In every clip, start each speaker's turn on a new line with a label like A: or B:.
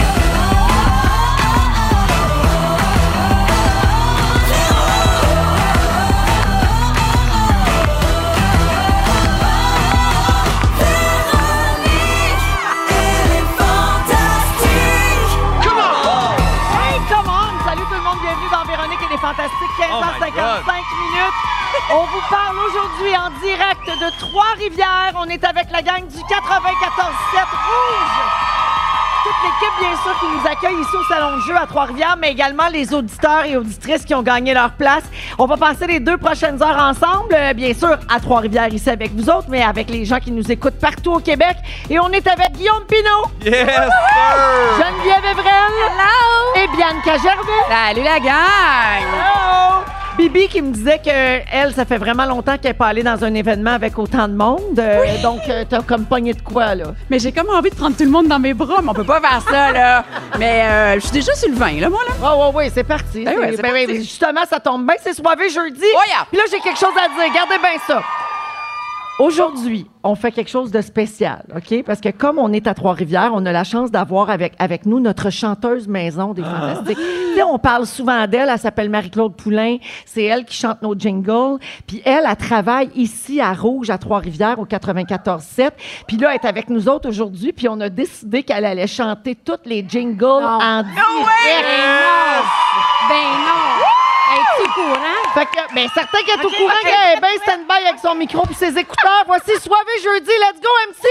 A: Hey, come on! Salut tout le monde, bienvenue dans Véronique et les Fantastiques, 15h55 minutes. On vous parle aujourd'hui en direct de Trois-Rivières. On est avec la gang du 94-7 Rouge. Toute l'équipe, bien sûr, qui nous accueille ici au Salon de jeu à Trois-Rivières, mais également les auditeurs et auditrices qui ont gagné leur place. On va passer les deux prochaines heures ensemble, euh, bien sûr, à Trois-Rivières ici avec vous autres, mais avec les gens qui nous écoutent partout au Québec. Et on est avec Guillaume Pinot,
B: Yes, sir!
A: Geneviève Evrel et Bianca Gervais.
C: Salut la gang!
A: Hello! Bibi qui me disait que elle, ça fait vraiment longtemps qu'elle n'est pas allée dans un événement avec autant de monde. Euh, Donc, euh, t'as comme pogné de quoi, là?
C: Mais j'ai comme envie de prendre tout le monde dans mes bras, mais on peut pas faire ça, là. Mais euh, je suis déjà sur le vin, là, moi, là.
A: Oh, oui, oui, c'est parti.
C: Ben ouais,
A: C'est-
C: c'est
A: ben,
C: parti.
A: ben, justement, ça tombe bien, c'est soirée jeudi.
C: Oh yeah!
A: Puis là, j'ai quelque chose à dire. Gardez bien ça. Aujourd'hui, on fait quelque chose de spécial, OK? Parce que comme on est à Trois-Rivières, on a la chance d'avoir avec, avec nous notre chanteuse maison des Fantastiques. Tu sais, on parle souvent d'elle. Elle s'appelle Marie-Claude Poulain. C'est elle qui chante nos jingles. Puis elle, elle travaille ici à Rouge, à Trois-Rivières, au 94-7. Puis là, elle est avec nous autres aujourd'hui. Puis on a décidé qu'elle allait chanter toutes les jingles en direct. Fait que, ben, certain qu'elle est au courant qu'elle est bien stand-by avec son micro puis ses écouteurs. Voici Soivé jeudi. Let's go, MC!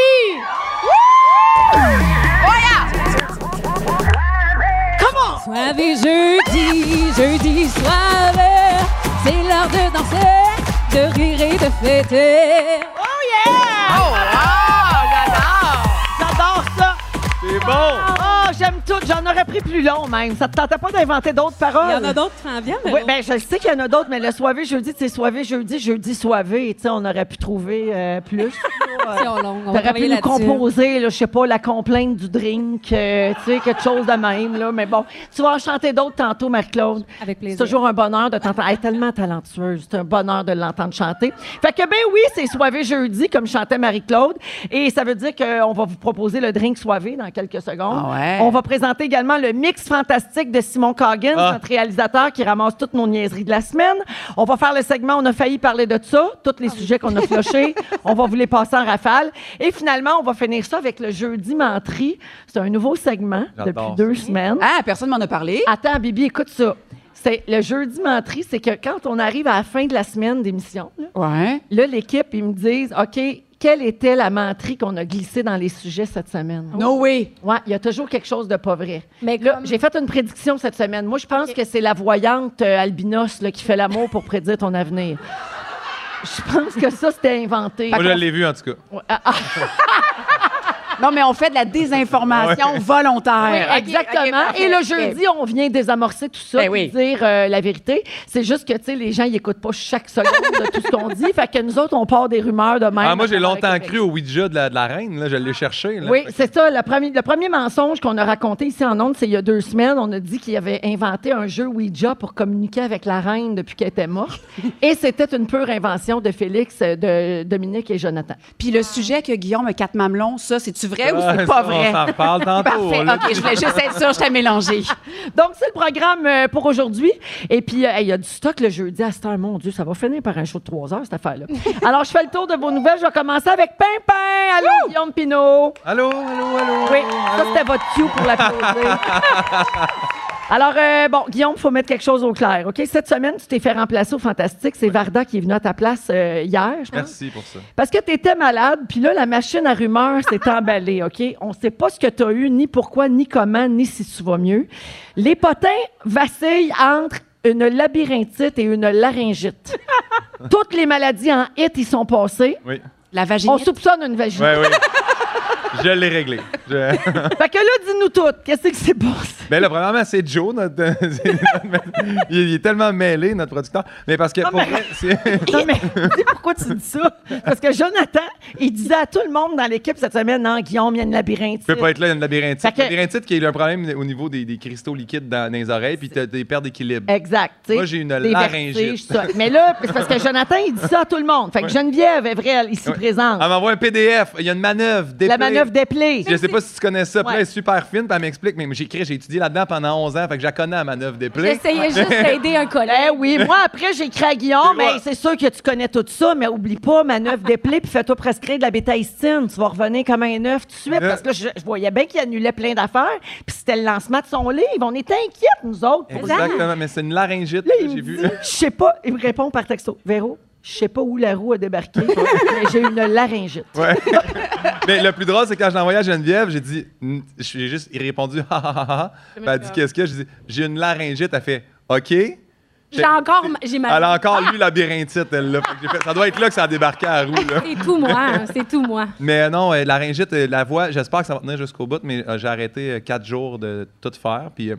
D: Soirée jeudi, jeudi soirée, c'est l'heure de danser, de rire et de fêter.
A: Oh yeah!
C: Oh, wow!
A: J'adore ça!
B: C'est bon!
A: Oh, j'aime tout. J'en aurais pris plus long, même. Ça te tentait pas d'inventer d'autres paroles?
D: Il y en a d'autres qui s'en viennent, mais
A: Oui,
D: là,
A: ben, je sais qu'il y en a d'autres, mais le soivé jeudi, c'est soivé jeudi, jeudi soivé. Tu sais, on aurait pu trouver euh, plus. là.
D: c'est en long, on va
A: T'aurais
D: travailler
A: pu nous
D: là-dessus.
A: composer, là, je sais pas, la complainte du drink, euh, tu sais, quelque chose de même, là. Mais bon, tu vas en chanter d'autres tantôt, Marie-Claude.
D: Avec plaisir.
A: C'est toujours un bonheur de t'entendre. Elle est tellement talentueuse. C'est un bonheur de l'entendre chanter. Fait que, ben oui, c'est soivé jeudi, comme chantait Marie-Claude. Et ça veut dire qu'on va vous proposer le drink soivé dans quelques secondes.
C: Ah ouais.
A: On va présenter également le mix fantastique de Simon Coggins,
B: Ah.
A: notre réalisateur qui ramasse toutes nos niaiseries de la semaine. On va faire le segment On a failli parler de ça, tous les sujets qu'on a flochés. on va vous les passer en rafale. Et finalement, on va finir ça avec le jeudi menterie. C'est un nouveau segment depuis
B: J'adore
A: deux semaines.
C: Ah, personne m'en a parlé.
A: Attends, Bibi, écoute ça. C'est le jeudi menterie, c'est que quand on arrive à la fin de la semaine d'émission, là,
C: Ouais.
A: là, l'équipe, ils me disent OK, quelle était la menterie qu'on a glissée dans les sujets cette semaine?
C: No way.
A: Oui, il y a toujours quelque chose de pas vrai.
D: Mais
A: là,
D: comme-
A: j'ai fait une prédiction cette semaine. Moi, je pense que c'est la voyante euh, albinos là, qui fait l'amour pour prédire ton avenir. Je pense que ça, c'était inventé.
B: Moi, je l'ai vu, en tout cas.
A: Ouais, ah, ah,
C: Non, mais on fait de la désinformation volontaire.
A: oui,
C: Ok,
A: exactement.
C: ok,
A: Et le
C: parfait.
A: jeudi, on vient désamorcer tout ça,
C: Ben
A: et
C: oui.
A: dire euh, la vérité. C'est juste que, tu sais, les gens, ils écoutent pas chaque seconde de tout ce qu'on dit. Fait que nous autres, on part des rumeurs de même.
B: Ah, moi, j'ai
A: à travers
B: longtemps
A: Québec.
B: cru au Ouija de la, de la reine. Là. Je l'ai cherché. Là.
A: Oui, c'est ça. Le premier, le premier mensonge qu'on a raconté ici en ondes, c'est il y a deux semaines. On a dit qu'il avait inventé un jeu Ouija pour communiquer avec la reine depuis qu'elle était morte. et c'était une pure invention de Félix, euh, de Dominique et Jonathan.
C: Puis le sujet que Guillaume a quatre mamelons, ça, c'est-tu vrai ou
B: Ah, ça,
C: c'est pas
B: On
C: vrai?
B: s'en reparle tantôt.
C: Parfait.
B: là.
C: OK, je voulais juste être sûre, je t'ai mélangé.
A: Donc, c'est le programme euh, pour aujourd'hui. Et puis, euh, hey, il y a du stock le jeudi à cette heure. Mon Dieu, ça va finir par un show de trois heures, cette affaire-là. Alors, je fais le tour de vos nouvelles. Je vais commencer avec Pimpin. Allô, Guillaume Pinot.
B: Allô, allô, allô.
A: Oui, ça
B: allô.
A: c'était votre cue pour l'applaudir. Alors, euh, bon, Guillaume, faut mettre quelque chose au clair, OK? Cette semaine, tu t'es fait remplacer au Fantastique. C'est Varda qui est venu à ta place euh, hier, je pense.
B: Merci pour ça.
A: Parce que tu étais malade, puis là, la machine à rumeurs s'est emballée, OK? On sait pas ce que tu as eu, ni pourquoi, ni comment, ni si tu vas mieux. Les potins vacillent entre une labyrinthite et une laryngite. Toutes les maladies en hit y sont passées.
B: Oui.
C: La
A: On
C: vaginite.
A: soupçonne une vaginite.
B: Oui, oui. Je l'ai réglé. Je-
A: Fait que là, dis-nous toutes, qu'est-ce que c'est passé?
B: Ben là, premièrement, c'est Joe, notre... euh, c'est notre- il, il est tellement mêlé, notre producteur. Mais parce que, pour
A: mais-
B: vrai, c'est-
A: Non, mais dis pourquoi tu dis ça. Parce que Jonathan, il disait à tout le monde dans l'équipe cette semaine, non, Guillaume, il y a une labyrinthite.
B: Je peux pas être là, il y a une labyrinthite.
A: Fait que-
B: Labyrinthite qui a eu un problème au niveau des, des cristaux liquides dans, dans les oreilles, puis t'as des pertes d'équilibre.
A: Exact. tu sais,
B: Moi, j'ai une
A: des
B: laryngite.
A: vertiges, ça. Mais là, c'est parce que Jonathan, il dit ça à tout le monde. Fait que Geneviève est vraie, ici
B: Ouais.
A: présente.
B: Elle m'envoie un PDF, il y a une manœuvre.
A: La
B: déplay.
A: manœuvre déplée.
B: Je sais pas si tu connais ça, puis là,
A: Ouais.
B: elle est super fine, puis elle m'explique, mais j'ai écrit, j'ai étudié là-dedans pendant 11 ans, fait que je la connais la manœuvre des plaies.
D: J'essayais juste d'aider un collègue.
A: Ben oui, moi après j'ai écrit à Guillaume,
B: Ouais.
A: Hey, c'est sûr que tu connais tout ça, mais oublie pas manœuvre déplée puis fais-toi prescrire de la bétaïstine, tu vas revenir comme un œuf tout de
B: Euh.
A: suite parce que là, je, je voyais bien qu'il annulait plein d'affaires, puis c'était le lancement de son livre, on était inquiètes nous autres. pour ça.
B: Exactement, mais c'est une laryngite, là,
A: Là, il me
B: j'ai
A: dit,
B: vu.
A: je sais pas, il me répond par texto, Véro, je sais pas où la roue a débarqué, mais j'ai une laryngite.
B: Ouais. mais le plus drôle, c'est quand je l'ai envoyé à Geneviève, j'ai dit, Hmm, j'ai juste il a répondu, ha ha ha ha. Puis elle a dit, qu'est-ce que? J'ai dit, j'ai une laryngite. Elle fait, OK.
A: Ben
D: J'ai encore, j'ai mal.
B: Elle a encore lu labyrinthite, elle, là. Fait que j'ai fait, ça doit être là que ça a débarqué à la roue, là.
D: C'est tout moi, hein, c'est tout moi.
B: Mais euh, non, euh, la laryngite, euh, la voix, j'espère que ça va tenir jusqu'au bout, mais euh, j'ai arrêté euh, quatre jours de tout faire. Puis, euh,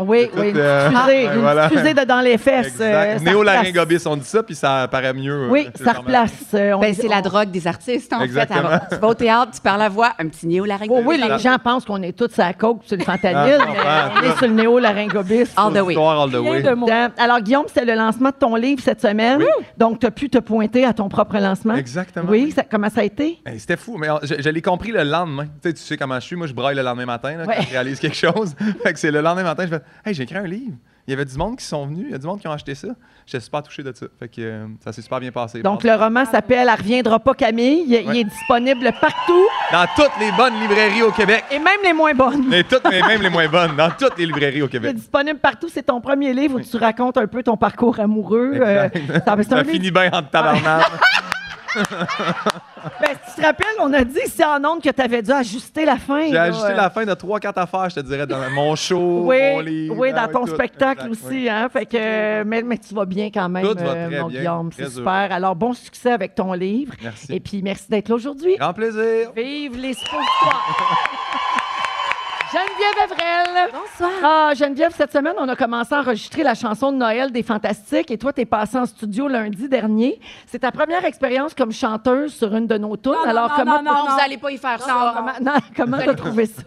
A: Oui, oui, une
B: euh,
A: petite fusée,
B: ouais,
A: une
B: voilà.
A: petite fusée de dans les fesses. euh,
B: exact.
A: ça
B: Néolaryngobis, on dit ça, puis ça paraît mieux. euh,
A: Oui,
B: c'est
A: ça
B: normal.
A: replace. euh, on-
C: Ben, c'est la
A: on-
C: drogue des artistes, en fait.
B: Exactement.
C: Avant- Tu vas au théâtre, tu parles à voix, un petit néo
A: Oh
C: laryngobis.
A: oui, les
B: Ça-
A: gens pensent qu'on est tous à la coke sur le
B: Ah,
A: fentanyl,
B: non,
A: mais
B: pas,
A: on est
B: là.
A: sur le néo-laryngobis.
C: All the way.
B: Histoire all the way.
D: Rien de moi.
A: Dans- Alors, Guillaume, c'était le lancement de ton livre cette semaine. Donc, tu as pu te pointer à ton propre lancement.
B: Exactement.
A: Oui, ça- comment ça a été?
B: Hey, C'était fou, mais euh, je, je l'ai compris le lendemain. Tu sais, tu sais comment je suis. Moi, je braille le lendemain matin là,
A: Ouais.
B: quand je réalise quelque chose. fait que c'est le lendemain matin, je fais Hey, j'ai écrit un livre. Il y avait du monde qui sont venus, il y a du monde qui ont acheté ça. J'étais super touché de ça. Fait que euh, ça s'est super bien passé.
A: Donc, le roman s'appelle « Elle reviendra pas Camille ». Il
B: Ouais.
A: est disponible partout
B: Dans toutes les bonnes librairies au Québec.
A: et même les moins bonnes.
B: Mais toutes, mais même les moins bonnes, dans toutes les librairies au
A: Il est
B: Québec.
A: disponible partout. C'est ton premier livre où tu racontes un peu ton parcours amoureux. Euh,
B: Exact.
A: ça- c'est un
B: Ça
A: livre-
B: finit bien en tabarnak.
A: Ben, si tu te rappelles, on a dit ici en ondes que tu avais dû ajuster la fin.
B: J'ai
A: là,
B: ajusté
A: euh.
B: la fin de 3-4 affaires, je te dirais, dans mon show, mon
A: Oui,
B: livre.
A: oui,
B: ah
A: dans ton
B: tout.
A: spectacle
B: Exact,
A: aussi.
B: oui.
A: Hein, fait que, euh, mais, mais tu vas bien quand même,
B: Tout va
A: euh,
B: très
A: mon
B: bien,
A: Guillaume. C'est
B: très
A: super. Alors, bon succès avec ton livre.
B: Merci.
A: Et puis, merci d'être là aujourd'hui.
B: Grand plaisir.
A: Vive les sponsors! Geneviève Evrel!
D: Bonsoir.
A: Ah, Geneviève, cette semaine, on a commencé à enregistrer la chanson de Noël des Fantastiques et toi, t'es passée en studio lundi dernier. C'est ta première expérience comme chanteuse sur une de nos tunes.
D: Non, non,
A: Alors,
D: non,
A: comment
D: non, non,
C: Vous allez pas y faire ça.
A: comment- non, comment t'as trouvé ça?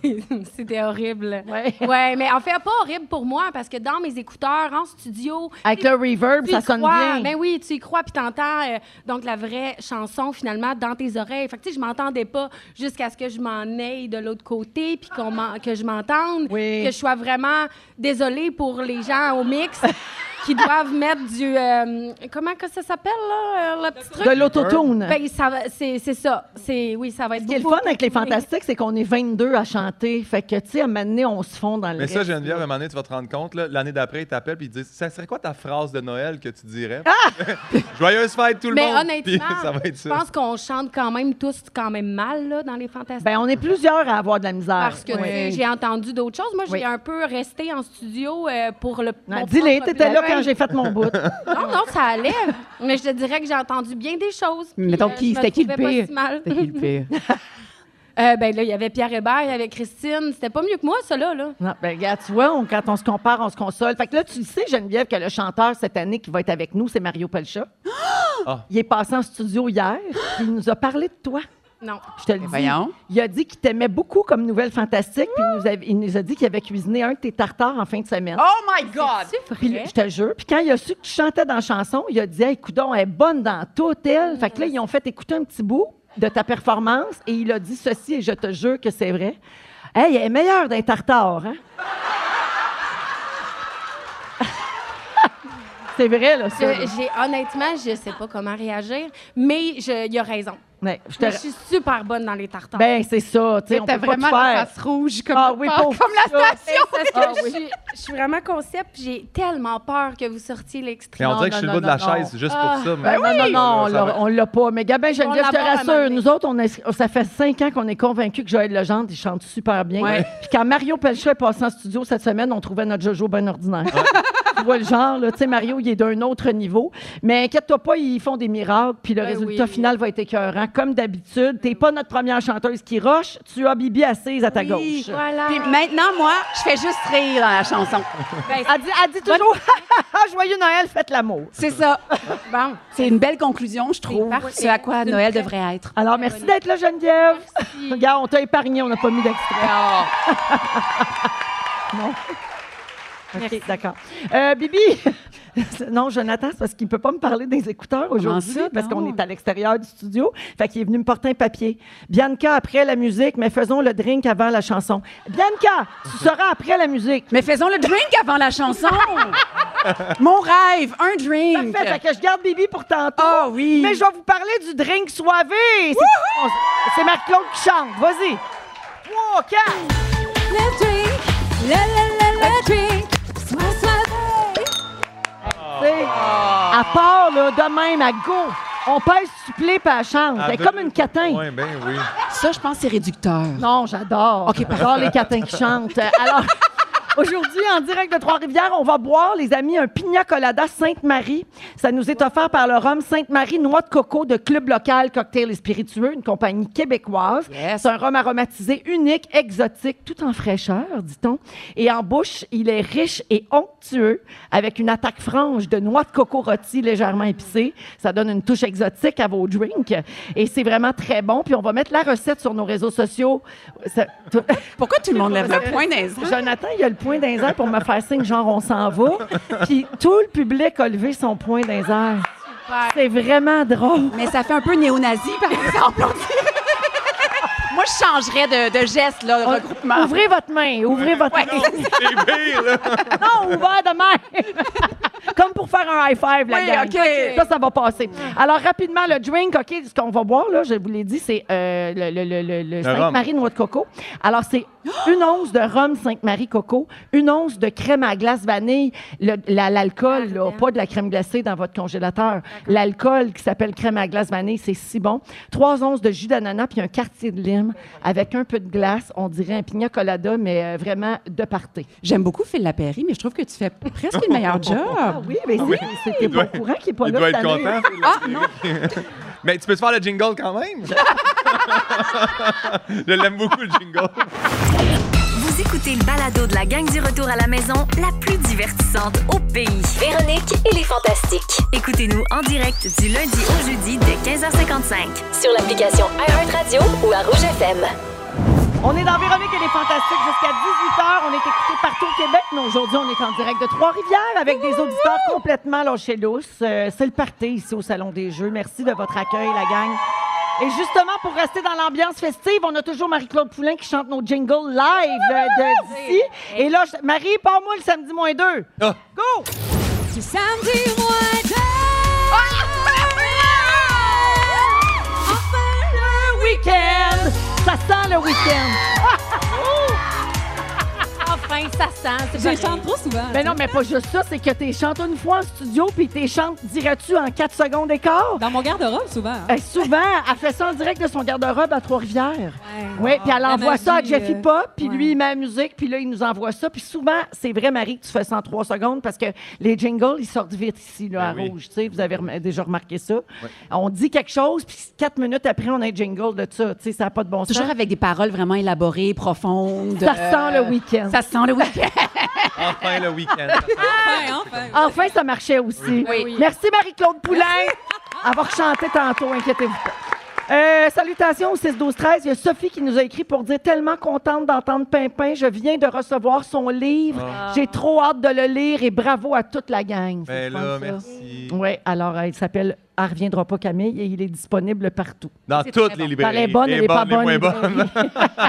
D: C'est- C'était horrible.
A: Ouais.
D: Ouais, mais en fait, pas horrible pour moi parce que dans mes écouteurs, en studio,
A: Avec le reverb,
D: tu y
A: ça sonne
D: crois.
A: bien.
D: Ben oui, tu y crois puis t'entends euh, donc la vraie chanson finalement dans tes oreilles. Fait que tu sais, je m'entendais pas jusqu'à ce que je m'en aille de l'autre côté puis qu'on m'en- que je m'entende,
A: Oui.
D: que je sois vraiment désolée pour les gens au mix qui doivent mettre du euh, comment que ça s'appelle là euh, le petit truc.
A: De l'autotune.
D: Ben, ça va- c'est c'est ça. C'est oui, ça va être
A: Ce qui est le
D: beaucoup-
A: fun avec les fantastiques, c'est qu'on est 22 à chanter. Fait que, tu sais, à un moment donné, on se fond dans le.
B: Mais ça,
A: reste.
B: Geneviève, à un moment donné, tu vas te rendre compte, là, l'année d'après, ils t'appellent et ils te disent Ça serait quoi ta phrase de Noël que tu dirais
A: Ah!
B: Joyeuse fête, tout le
D: Mais
B: monde Puis
D: honnêtement,
B: ça va être
D: je
B: ça.
D: pense qu'on chante quand même tous quand même mal là, dans les fantastiques.
A: Ben, on est plusieurs à avoir de la misère.
D: parce que tu sais, j'ai entendu d'autres choses. Moi, j'ai
A: Oui.
D: un peu resté en studio euh, pour le.
A: Non,
D: mon
A: Dis-les,
D: propre
A: t'étais là
D: plaisir.
A: quand j'ai fait mon bout.
D: Non, non, ça allait. Mais je te dirais que j'ai entendu bien des choses. Puis,
C: Mettons,
D: euh,
C: qui-
D: je me
C: c'était qui le
D: trouvais pas
C: pire?
D: si mal.
C: C'était qui le pire?
D: Euh, ben là, il y avait Pierre Hébert, il y avait Christine. C'était pas mieux que moi, ça là. là.
A: Non, ben, regarde, tu vois, on- quand on se compare, on se console. Fait que là, tu le sais, Geneviève, que le chanteur cette année qui va être avec nous, c'est Mario Pelcha.
B: Ah.
A: Il est passé en studio hier, puis il nous a parlé de toi.
D: Non.
A: Je te le dis.
C: Eh voyons.
A: Il a dit qu'il t'aimait beaucoup comme nouvelle fantastique, puis il nous, avait- il nous a dit qu'il avait cuisiné un de tes tartares en fin de semaine.
C: Oh my God!
D: C'est
A: Puis
D: vrai.
A: je te jure. Puis quand il a su que tu chantais dans la chanson, il a dit Hey, coudon, elle est bonne dans tout, elle. Fait que là, ils ont fait écouter un petit bout de ta performance et il a dit ceci, et je te jure que c'est vrai. Hey, elle est meilleure d'un tartare, hein? c'est vrai, là, ça.
D: Je- j'ai honnêtement, je sais pas comment réagir, mais je- il y a raison.
A: Ouais, je te-
D: Je suis super bonne dans les tartares.
A: Ben, c'est ça, tu sais. on
C: T'as
A: peut pas tout
C: vraiment la
A: faire.
C: face rouge comme,
A: Ah oui, pauvre
C: comme la
A: ça.
C: station.
D: Parce que je, suis, je suis vraiment concept. puis J'ai tellement peur que vous sortiez l'extrait.
B: Mais on dirait que je suis le bout de la
A: non, non,
B: chaise juste
D: Ah.
B: pour ça.
A: Ben
B: mais-
A: non, non, non, on
B: Ça va-
A: l'a- on l'a pas. Mais Gabin, Geneviève, je te
D: l'aborde à un moment
A: rassure,
D: donné.
A: nous autres, on est- ça fait cinq ans qu'on est convaincus que Joël Legendre, il chante super bien.
C: Ouais.
A: Puis quand Mario Pelcha est passé en studio cette semaine, on trouvait notre Jojo ben ordinaire. tu vois le genre. là. Tu sais, Mario, il est d'un autre niveau. Mais inquiète-toi pas, ils font des miracles, puis le
D: Ben
A: résultat
D: oui.
A: final va être écœurant, comme d'habitude. T'es pas notre première chanteuse qui roche, tu as Bibi assise à ta
D: Oui,
A: gauche.
D: Voilà. Ben,
C: Puis maintenant, moi, je fais juste rire dans la chanson.
A: Elle dit, elle dit toujours Joyeux Noël, faites l'amour.
C: C'est ça.
D: Bon.
C: C'est une belle conclusion, je trouve.
D: parfait.
C: Ce à quoi
D: C'est une
C: Noël
D: très-
C: devrait être.
A: Alors,
D: Ben
A: merci d'être là, Geneviève. Regarde, on t'a épargné, on n'a pas mis d'extrait.
C: Ah.
A: Non. OK, d'accord. Euh, Bibi, non, Jonathan, c'est parce qu'il ne peut pas me parler des écouteurs aujourd'hui,
C: ça,
A: parce qu'on
C: donc?
A: est à l'extérieur du studio. Fait qu'il est venu me porter un papier. Bianca, après la musique, mais faisons le drink avant la chanson. Bianca, tu seras après la musique.
C: Mais faisons le drink avant la chanson. Mon rêve, un drink.
A: Parfait, fait que je garde Bibi pour tantôt.
C: Ah oui.
A: Mais je vais vous parler du drink soivé. C'est- on- C'est Marc-Claude qui chante. Vas-y. Trois, quatre. Ah.
E: Le drink, le, le, le, le drink, sois, sois,
A: Tu sais, Ah. À part, là, de même, à go, on pèse supplé pas à chante. Elle est comme une catin.
B: Oui, Ah, ben oui.
C: Ça, je pense que c'est réducteur.
A: Non, j'adore. j'adore les catins qui chantent. Euh, Alors, aujourd'hui, en direct de Trois-Rivières, on va boire, les amis, un pina colada Sainte-Marie. Ça nous est offert par le rhum Sainte-Marie Noix de coco de Club Local Cocktail et Spiritueux, une compagnie québécoise.
C: Yes.
A: C'est un rhum aromatisé unique, exotique, tout en fraîcheur, dit-on. Et en bouche, il est riche et onctueux, avec une attaque franche de noix de coco rôti légèrement épicée. Ça donne une touche exotique à vos drinks. Et c'est vraiment très bon. Puis on va mettre la recette sur nos réseaux sociaux. Ça- tout-
C: Pourquoi tout le monde lève le poing des
A: Jonathan, il a le point d'un pour me faire signe, genre on s'en va. Puis tout le public a levé son point d'un C'est vraiment drôle.
C: Mais ça fait un peu néo-nazi, par exemple. on dit. Moi, je changerais de, de geste, là, de regroupement.
A: Ouvrez votre main, ouvrez votre main.
B: C'est pire, Eh ben, là.
A: Non, ouvert de main. Comme pour faire un high five, la
C: Oui,
A: gang.
C: OK.
A: Ça, ça va passer. Alors, rapidement, le drink, OK, ce qu'on va boire, là, je vous l'ai dit, c'est euh, le, le, le, le- le Sainte-Marie noix de coco. Alors, c'est une once de rhum Sainte-Marie coco, une once de crème à glace vanille, le- la-
C: Ah,
A: l'alcool, là, pas de la crème glacée dans votre congélateur. L'alcool qui s'appelle crème à glace vanille, c'est si bon. Trois onces de jus d'ananas puis un quartier de lime avec un peu de glace. On dirait un pina colada, mais euh, vraiment de parté.
C: J'aime beaucoup Phil Lapéry, mais je trouve que tu fais presque une meilleure job.
A: Oui, mais c'est- c'était
B: Ah Il
A: pas
B: doit-
A: au courant qu'il est pas
B: Il
A: là.
B: doit être
A: cette année.
B: content.
C: Ah, non.
B: Mais tu peux te faire le jingle quand même. Je l'aime beaucoup, le jingle.
F: Vous écoutez le balado de la gang du retour à la maison, la plus divertissante au pays.
G: Véronique et les Fantastiques.
F: Écoutez-nous en direct du lundi au jeudi dès 15h55.
G: Sur l'application iHeartRadio ou à Rouge FM.
A: On est dans Véronique et les Fantastiques jusqu'à 18h. On est écoutés partout au Québec, mais aujourd'hui, on est en direct de Trois-Rivières avec des auditeurs complètement lâchés lousses. Euh, c'est le party ici au Salon des Jeux. Merci de votre accueil, la gang. Et justement, pour rester dans l'ambiance festive, on a toujours Marie-Claude Poulain qui chante nos jingles live euh, de- d'ici. Et là, je- Marie, pars-moi le samedi moins deux.
B: Ah.
A: Go!
E: C'est samedi mois de... Enfin le week
A: Week-end! Ça sent le week-end.
D: Enfin, ça sent. c'est
E: Je
D: pareil.
E: chante trop souvent.
A: Mais Ben non, mais pas juste ça, c'est que t'es chantes une fois en studio, puis t'es chantes, dirais-tu, en 4 secondes et quart.
E: Dans mon garde-robe, souvent.
A: Euh, souvent, elle fait ça en direct de son garde-robe à Trois-Rivières. Oui, puis elle
E: Ah, la
A: envoie ça à
E: magie,
A: Jeffy
E: euh,
A: Pop, puis
E: ouais.
A: lui, il met la musique, puis là, il nous envoie ça. Puis souvent, c'est vrai, Marie, que tu fais ça en trois secondes parce que les jingles, ils sortent vite ici, là,
B: Ben
A: à
B: oui.
A: rouge. Tu sais, vous avez rem- déjà remarqué ça. On dit quelque chose, puis quatre minutes après, on a un jingle de ça. Tu sais, ça n'a pas de bon sens. Euh,
C: Toujours avec des paroles vraiment élaborées, profondes. euh,
A: Ça sent le week-end.
C: Ça sent le week-end.
B: Enfin, le week-end.
E: Enfin, enfin.
A: Enfin, ça marchait aussi.
C: Oui.
A: Merci Marie-Claude Poulain. Elle va rechanter tantôt, inquiétez-vous pas. Euh, salutations au 6 12 13 Il y a Sophie qui nous a écrit pour dire tellement contente d'entendre Pimpin. Je viens de recevoir son livre.
B: Ah.
A: J'ai trop hâte de le lire et bravo à toute la gang.
B: Mais Ben là, merci.
A: Oui, alors euh, il s'appelle Elle reviendra pas Camille et il est disponible partout.
B: Dans toutes les
A: Par
B: librairies.
A: les bonnes et les pas bonnes.
B: Les moins bonnes.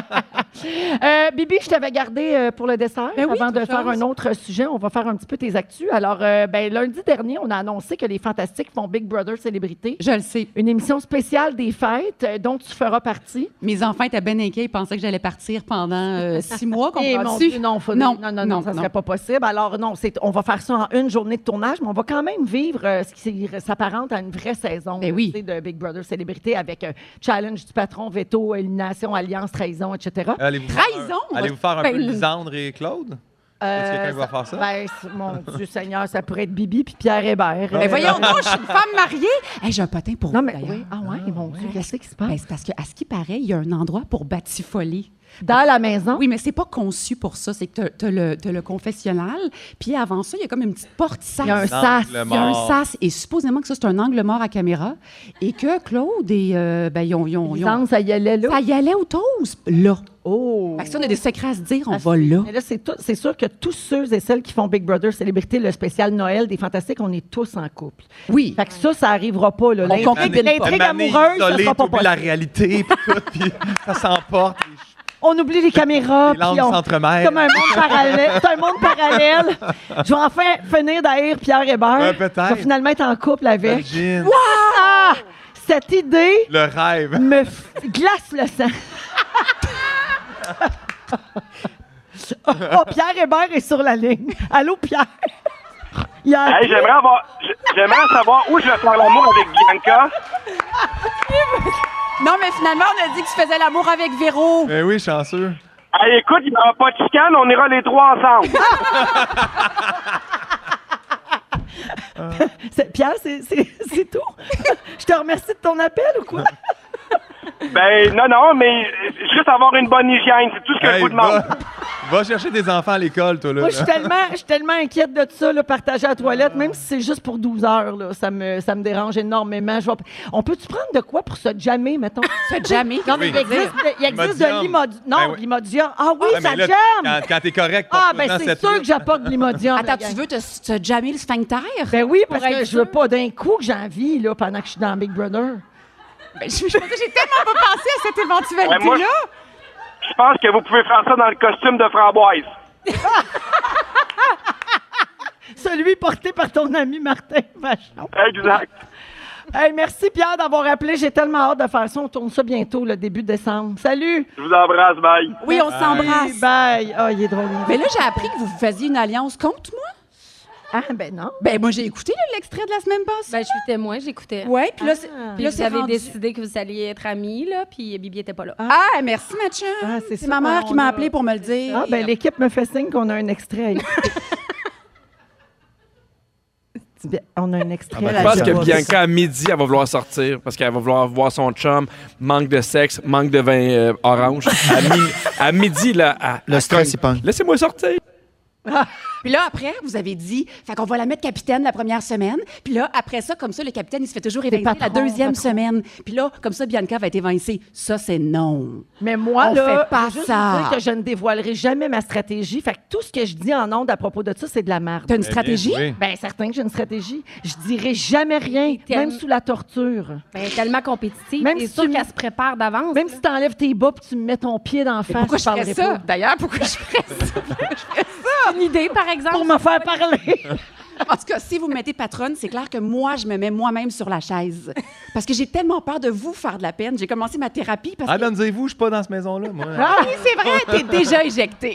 A: librairies. Euh, Bibi, je t'avais gardé euh, pour le dessert
C: Ben oui,
A: avant de
C: toute
A: faire un
C: chose.
A: autre sujet. On va faire un petit peu tes actus. Alors, euh, ben, lundi dernier, on a annoncé que les Fantastiques font Big Brother Célébrité.
C: Je le sais.
A: Une émission spéciale des fêtes euh, dont tu feras partie.
C: Mes enfants étaient ben inquiets. Ils pensaient que j'allais partir pendant euh, six mois,
A: Eh, mon
C: comprends-tu?
A: Dieu, non, faut-
C: Non,
A: non, non,
C: non,
A: ça ne
C: non.
A: serait pas possible. Alors, non, c'est- on va faire ça en une journée de tournage, mais on va quand même vivre euh, ce qui s'apparente à une vraie saison
C: Ben oui.
A: tu sais, de Big Brother Célébrité avec euh, challenge du patron, veto, élimination, alliance, trahison, etc.
B: Allez-vous
C: Trahison!
B: Allez-vous faire un
D: Ben,
B: peu Lisandre et Claude? Est-ce que quelqu'un
A: Euh, ça-
B: va faire ça?
A: Ben, c- mon Dieu Seigneur, ça pourrait être Bibi puis Pierre Hébert. Euh,
C: Mais Ben, voyons donc, je Ben, suis une femme mariée. Hey, j'ai un potin pour
A: Non,
C: vous,
A: mais
C: d'ailleurs.
A: oui. Ah ouais, mon Dieu, qu'est-ce qui se
C: Ben,
A: passe?
C: c'est parce que, à ce qui paraît, il y a un endroit pour batifoler.
A: Dans la maison?
C: Oui, mais c'est pas conçu pour ça. C'est que tu as, le, t'as le confessionnal, puis avant ça, il y a comme une petite porte sas.
A: Il y a un sas.
B: Angle
C: Il y a un
B: mort.
C: sas. Et supposément que ça, c'est un angle mort à caméra. Et que Claude et. euh, ben, ils ont. ils ont- ils ont-
A: Lisande, ça y allait là.
C: ça y Ben, allait au toast, là.
A: Oh!
C: Fait que si on a des secrets à se dire, on
A: Ah,
C: va là.
A: Mais là, c'est tout- c'est sûr que tous ceux et celles qui font Big Brother Célébrité, le spécial Noël des Fantastiques, on est tous en couple.
C: Oui.
A: Fait que ça, ça arrivera pas. là.
C: On
A: L'intrigue-
C: concocte
B: Mané-
A: L'intrigue
B: Mané
A: amoureuse, ça
B: isolée,
A: sera pas
B: t'oublies la
A: possible.
B: réalité, puis tout, puis ça s'emporte. les ch-
A: On oublie les caméras.
B: Les langues
A: puis on-
B: s'entremêlent.
A: Comme un monde parallèle. C'est un monde parallèle. Je vais enfin finir d'haïr Pierre Hébert.
B: Ouais, peut-être. Ben,
A: Je vais finalement être en couple avec.
B: Imagine,
A: Ah! Cette idée
B: Le rêve.
A: me f- glace le sang. oh, Pierre Hébert est sur la ligne. Allô, Pierre? Il a
H: Hey, j'aimerais avoir, j'- j'aimerais savoir où je vais faire l'amour avec Bianca.
C: Non, mais finalement, on a dit que tu faisais l'amour avec Véro.
B: Ben oui, chanceux.
H: Hey, écoute, il n'y aura pas de chicane, on ira les trois ensemble.
A: C'est- Pierre, c'est- c'est c'est tout? Je te remercie de ton appel ou quoi?
H: ben, non, non, mais euh, juste avoir une bonne hygiène, c'est tout ce que
B: Hey, bah.
H: je vous demande.
B: va, va chercher des enfants à l'école, toi, là.
A: Moi, je suis
B: là.
A: tellement, je suis tellement inquiète de ça, là, partager à la toilette, même si c'est juste pour 12 heures, là, ça, me, ça me dérange énormément. Je vais- On peut-tu prendre de quoi pour se jammer, mettons?
C: Ça, jamais.
A: Non, mais
B: Oui.
A: il existe, il existe de
B: L'imodium.
A: l'imodium. Non,
B: Ben oui.
A: l'imodium. Ah oui,
B: Ouais, mais
A: ça
B: là,
A: jamme!
B: Quand, quand t'es correct,
A: Ah,
B: porte-toi
A: ben
B: dans
A: c'est
B: cette
A: sûr
B: lutte.
A: que j'apporte de l'imodium. la
C: Attends,
A: gang.
C: tu veux te, te jammer le sphincter?
A: Ben oui, parce
C: Pour être
A: que je veux
C: sûr.
A: pas d'un coup que j'ai envie, là, pendant que je suis dans Big Brother.
C: Ben, je- je- J'ai tellement pas pensé à cette
H: Ben, moi,
C: éventualité-là.
H: Je pense que vous pouvez faire ça dans le costume de framboise.
A: Celui porté par ton ami Martin Vachon.
H: Exact.
A: Hey, merci, Pierre, d'avoir appelé. J'ai tellement hâte de faire ça. On tourne ça bientôt, le début décembre. Salut!
H: Je vous embrasse, bye.
C: Oui, on s'embrasse.
A: Bye, Bye! Ah, il est drôle.
C: Mais là, j'ai appris que vous faisiez une alliance contre moi.
A: Ah, ben non.
C: Ben, moi, j'ai écouté là, l'extrait de la semaine passée.
D: Ben, je suis témoin,
A: Ben,
D: j'écoutais.
C: ouais, puis là, c'est- puis
D: Puis
C: là,
D: vous
C: c'est
D: avez
C: rendu-
D: décidé que vous alliez être amis, là, puis Bibi était pas là.
C: Ah, merci, ma chum.
A: Ah, c'est
C: c'est
A: ça,
C: ma mère
A: on
C: qui m'a
A: a-
C: appelé pour me le dire.
A: Ah, ben l'équipe me fait signe qu'on a un extrait. Bien, On a un extrait.
B: Ah, ben,
I: Je pense que
A: là-dedans.
I: Bianca, à midi, elle va vouloir sortir parce qu'elle va vouloir voir son chum. Manque de sexe, manque de vin euh, orange. À, mi- à midi, là, à-
J: Le
I: à
J: stress, il
I: cogne.
J: pogne.
I: Laissez-moi sortir.
C: Puis là, après, vous avez dit, fait qu'on va la mettre capitaine la première semaine. Puis là, après ça, comme ça, le capitaine, il se fait toujours évincer
A: patrons,
C: la deuxième
A: patrons.
C: semaine. Puis là, comme ça, Bianca va être évincée. Ça, c'est non.
A: Mais moi,
C: On
A: là,
C: fait pas
A: je veux juste
C: ça.
A: vous dire que je ne dévoilerai jamais ma stratégie. Fait que tout ce que je dis en ondes à propos de ça, c'est de la merde.
C: T'as une
B: Eh bien
C: stratégie?
B: joué.
A: Ben certain que j'ai une stratégie. Je dirai jamais rien,
D: Tellement-
A: même sous la torture.
D: Ben, tellement compétitive.
A: Même
D: Même c'est
A: si
D: sûr
A: tu-
D: qu'elle se prépare d'avance.
A: Même si t'enlèves tes bas puis tu me mets ton pied d'en face,
C: Pourquoi
A: je
C: je ferais
A: parlerai
C: ça?
A: pas.
C: D'ailleurs, pourquoi je ferais ça?
D: une idée, par exemple.
A: Pour me faire parler.
C: En tout cas, si vous me mettez patronne, c'est clair que moi, je me mets moi-même sur la chaise. Parce que j'ai tellement peur de vous faire de la peine. J'ai commencé ma thérapie parce
B: Ah,
C: que...
B: ben, vous, je suis pas dans cette maison-là, moi.
C: Ah oui, c'est vrai, t'es déjà éjectée.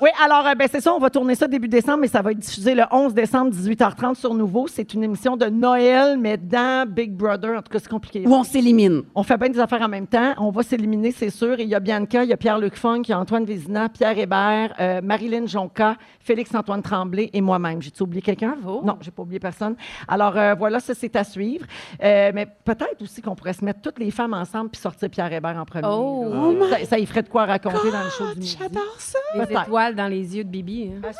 A: Oui, alors, euh, ben, c'est ça, on va tourner ça début décembre, mais ça va être diffusé le 11 décembre, 18h30 sur Nouveau. C'est une émission de Noël, mais dans Big Brother. En tout cas, c'est compliqué.
C: Où on s'élimine.
A: On fait bien des affaires en même temps. On va s'éliminer, c'est sûr. Et Il y a Bianca, il y a Pierre-Luc Funk, il y a Antoine Vézina, Pierre Hébert, euh, Marilyn Jonca, Félix-Antoine Tremblay et moi-même. J'ai-tu oublié quelqu'un? Non, j'ai pas oublié personne. Alors, euh, voilà, ça, c'est à suivre. Euh, mais peut-être aussi qu'on pourrait se mettre toutes les femmes ensemble puis sortir Pierre Hébert en premier.
D: Oh.
A: là.
C: Oh my
A: ça, ça y ferait de quoi raconter dans le show du midi.
C: J'adore ça.
D: Les
A: Peut-être.
D: étoiles dans les yeux de Bibi. hein.
A: À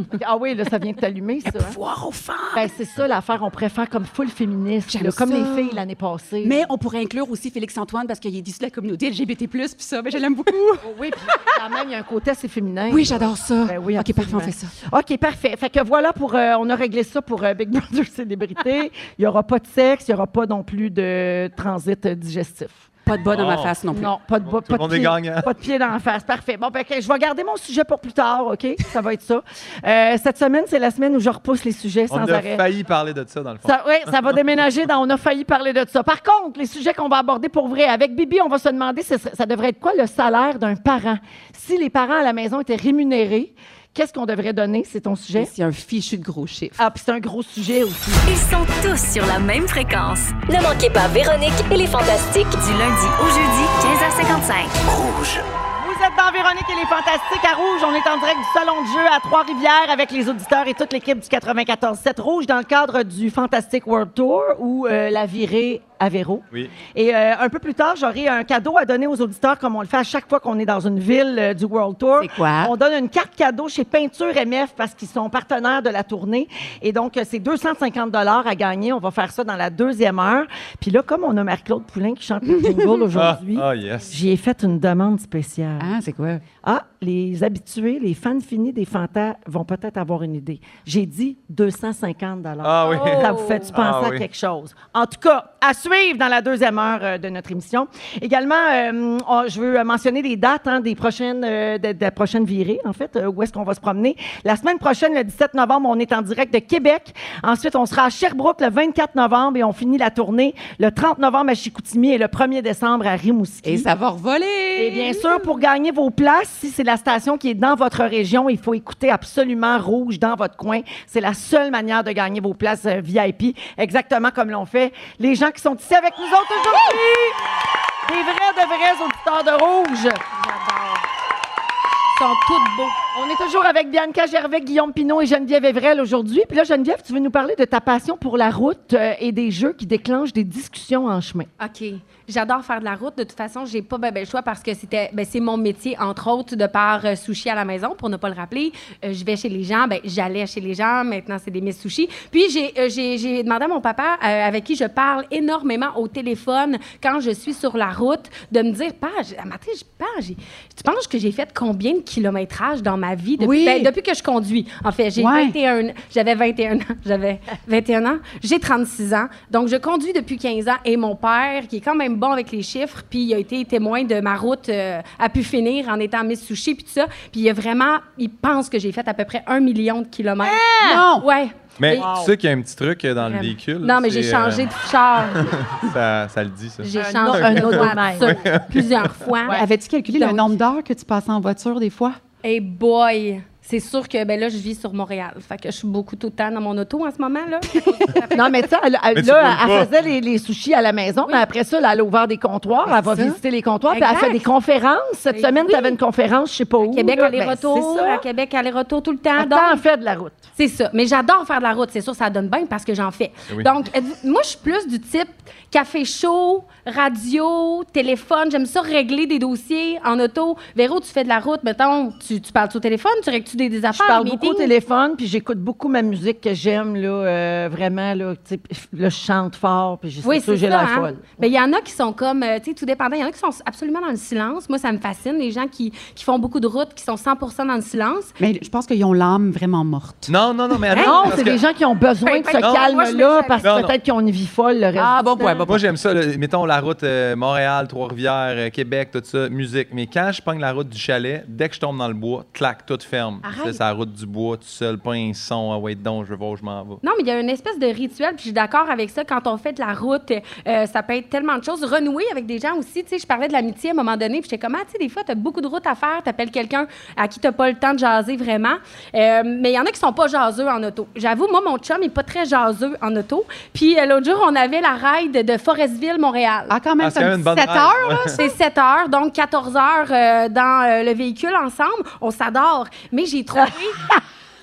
A: suivre. ah oui, là, ça vient de t'allumer, ça. hein?
C: Voir aux femmes.
A: Ben, c'est ça l'affaire. On pourrait faire comme full féministe,
C: J'aime
A: là, comme
C: ça.
A: les filles l'année passée.
C: Mais on pourrait inclure aussi Félix-Antoine parce qu'il est issu de la communauté LGBT+, puis ça, ben, je l'aime beaucoup.
A: Oh oui, puis quand même, il y a un côté assez féminin.
C: Oui, j'adore ça.
A: Ben oui,
C: OK, parfait, on
A: absolument.
C: fait ça.
A: OK, parfait. Fait que voilà pour. euh, on a réglé ça pour euh, Big Brother Célébrité. Il n'y aura pas de sexe, il n'y aura pas non plus de transit euh, digestif.
C: Pas de bas dans ma
B: Oh.
C: face non plus.
A: Non, pas de pas,
B: Tout le
A: de
B: monde est
A: pied-
B: gagnant.
A: Pas de pied dans la face. Parfait. Bon, ben, OK, je vais garder mon sujet pour plus tard, OK? Ça va être ça. Euh, cette semaine, c'est la semaine où je repousse les sujets sans
B: On a
A: arrêt.
B: failli parler de ça, dans le fond.
A: Ça, ouais, ça va déménager. Dans, on a failli parler de ça. Par contre, les sujets qu'on va aborder pour vrai, avec Bibi, on va se demander ce serait- ça devrait être quoi le salaire d'un parent? Si les parents à la maison étaient rémunérés, qu'est-ce qu'on devrait donner? C'est ton sujet.
C: C'est un fichu de gros chiffre.
A: Ah, puis c'est un gros sujet aussi.
F: Ils sont tous sur la même fréquence.
G: Ne manquez pas Véronique et les Fantastiques.
F: Du lundi au jeudi, 15h55.
A: Vous êtes dans Véronique et les Fantastiques à Rouge. On est en direct du Salon de jeu à Trois-Rivières avec les auditeurs et toute l'équipe du 94-7 Rouge dans le cadre du Fantastic World Tour ou euh, la virée à Véro.
B: Oui.
A: Et euh, un peu plus tard, j'aurai un cadeau à donner aux auditeurs comme on le fait à chaque fois qu'on est dans une ville euh, du World Tour.
C: C'est quoi?
A: On donne une carte cadeau chez Peinture MF parce qu'ils sont partenaires de la tournée. Et donc, euh, c'est 250 à gagner. On va faire ça dans la deuxième heure. Puis là, comme on a Marie-Claude Poulain qui chante le jingle
B: Ah,
A: aujourd'hui,
B: ah, yes.
A: j'y ai fait une demande spéciale.
C: Ah, c'est quoi?
A: Ah, les habitués, les fans finis des Fantas vont peut-être avoir une idée. J'ai dit 250
B: Ah oui.
A: Ça vous fait-tu penser
B: Ah
A: à
B: oui.
A: quelque chose? En tout cas, à suivre dans la deuxième heure euh, de notre émission. Également, euh, on- je veux euh, mentionner les dates hein, des prochaines, euh, de, de la prochaine virée, en fait, euh, où est-ce qu'on va se promener. La semaine prochaine, le 17 novembre, on est en direct de Québec. Ensuite, on sera à Sherbrooke le 24 novembre et on finit la tournée le 30 novembre à Chicoutimi et le 1er décembre à Rimouski.
C: Et ça va revoler!
A: Et Eh bien sûr, pour gagner vos places, si c'est la station qui est dans votre région, il faut écouter absolument Rouge dans votre coin. C'est la seule manière de gagner vos places euh, VIP, exactement comme l'ont fait les gens qui sont ici avec nous autres aujourd'hui. Des vrais, de vrais auditeurs de Rouge.
D: Ils sont toutes beaux.
A: On est toujours avec Bianca Gervais, Guillaume Pinot et Geneviève Evrel aujourd'hui. Puis là, Geneviève, tu veux nous parler de ta passion pour la route euh, et des jeux qui déclenchent des discussions en chemin.
D: OK. J'adore faire de la route. De toute façon, j'ai pas ben, ben le choix parce que c'était ben, c'est mon métier, entre autres, de par euh, sushi à la maison, pour ne pas le rappeler. Euh, je vais chez les gens, ben, j'allais chez les gens, maintenant c'est des Miss Sushi. Puis j'ai euh, j'ai- j'ai demandé à mon papa, euh, avec qui je parle énormément au téléphone quand je suis sur la route, de me dire, Page, à matin, je- Page, j'ai- tu penses que j'ai fait combien de kilométrages dans ma vie depuis,
C: Oui.
D: ben, depuis que je conduis? En fait, j'ai
C: Ouais.
D: 21 J'avais 21 ans. J'avais 21 ans. J'ai 36 ans. Donc, je conduis depuis 15 ans. Et mon père, qui est quand même bon avec les chiffres, puis il a été témoin de ma route, euh, a pu finir en étant Miss Sushi, puis tout ça. Puis il a vraiment... Il pense que j'ai fait à peu près un million de kilomètres.
A: Ah!
C: Non!
D: Ouais.
B: Mais
D: Et-
B: tu sais qu'il y a un petit truc euh, dans le véhicule.
D: Non, mais j'ai
B: c'est,
D: changé
B: euh,
D: de char.
B: Ça, ça le dit, ça.
D: J'ai
A: Un
D: changé
A: autre-
D: de
A: un autre
D: voiture plusieurs fois.
C: Avais-tu calculé le
D: Donc-
C: nombre d'heures que tu passes en voiture des fois?
D: Hey boy! C'est sûr que ben là, je vis sur Montréal. Fait que je suis beaucoup tout le temps dans mon auto en ce moment. là.
A: Non, mais tu sais, elle, elle-
B: Mais tu
A: là,
B: roules
A: elle
B: pas.
A: faisait les, les sushis à la maison, mais après ça, là, elle a ouvert des comptoirs, elle va
C: ça.
A: visiter les comptoirs, puis elle
D: Exact.
A: fait des conférences. Cette
D: Mais
A: semaine,
D: oui.
A: tu avais une conférence, je sais pas où.
D: Québec
A: là.
D: aller-retour, à
A: Ben, c'est ça.
D: Québec aller-retour tout le temps.
A: Attends,
D: Donc,
A: on fait de la route.
D: C'est ça. Mais j'adore faire de la route. C'est sûr, ça donne bien parce que j'en fais.
B: Eh oui.
D: Donc, êtes-vous- moi, je suis plus du type café chaud, radio, téléphone. J'aime ça régler des dossiers en auto. Véro, tu fais de la route. Mettons, tu, tu parles au téléphone, tu règles-tu des, des
A: Je
D: affaires?
A: parle
D: des
A: beaucoup au
D: meetings?
A: téléphone, puis j'écoute beaucoup ma musique que j'aime, là, euh, vraiment, là, tu sais, puis là, je chante fort, puis je
D: Oui,
A: sûr,
D: c'est
A: j'ai
D: ça.
A: la
D: hein.
A: folle.
D: Mais il y en a qui sont comme, euh, tu sais, tout dépendant. Il y en a qui sont absolument dans le silence. Moi, ça me fascine, les gens qui, qui font beaucoup de routes, qui sont 100 dans le silence.
C: Mais je pense qu'ils ont l'âme vraiment morte.
B: Non, non, non, mais
A: Non,
B: attends. parce
A: c'est
B: que-
A: des gens qui ont besoin
D: Ben,
A: de
D: ben,
A: ce
D: non, moi, je Ah,
A: calme-là,
D: me
A: parce
B: Non,
A: que
B: non.
A: peut-être qu'ils ont une vie folle le reste.
C: bon point, bon
B: Moi, j'aime ça. là, mettons la route euh, Montréal, Trois-Rivières, euh, Québec, tout ça, musique. Mais quand je pogne la route du chalet, dès que je tombe dans le bois, clac, tout ferme.
D: Arrête.
B: C'est la route du bois, tout seul, pas un son. Ah ouais, donc, je vais voir où je m'en vais.
D: Non, mais il y a une espèce de rituel, puis je suis d'accord avec ça. Quand on fait de la route, euh, ça peut être tellement de choses. Renouer avec des gens aussi. Tu sais, je parlais de l'amitié à un moment donné, puis j'étais comme, ah, tu sais, des fois, tu as beaucoup de routes à faire, tu appelles quelqu'un à qui tu pas le temps de jaser vraiment. Euh, mais il y en a qui sont pas jaseux en auto. J'avoue, moi, mon chum, il est pas très jaseux en auto. Puis euh, l'autre jour, on avait la ride de Forestville, Montréal.
C: Ah, quand
B: Ah,
C: même,
B: c'est
C: ça
B: quand même
C: me
B: une
C: dit
B: bonne
C: 7
B: rêve,
C: heures,
B: ouais.
C: là?
D: C'est 7 heures, donc 14 heures euh, dans euh, le véhicule ensemble. On s'adore. Mais j'ai trouvé.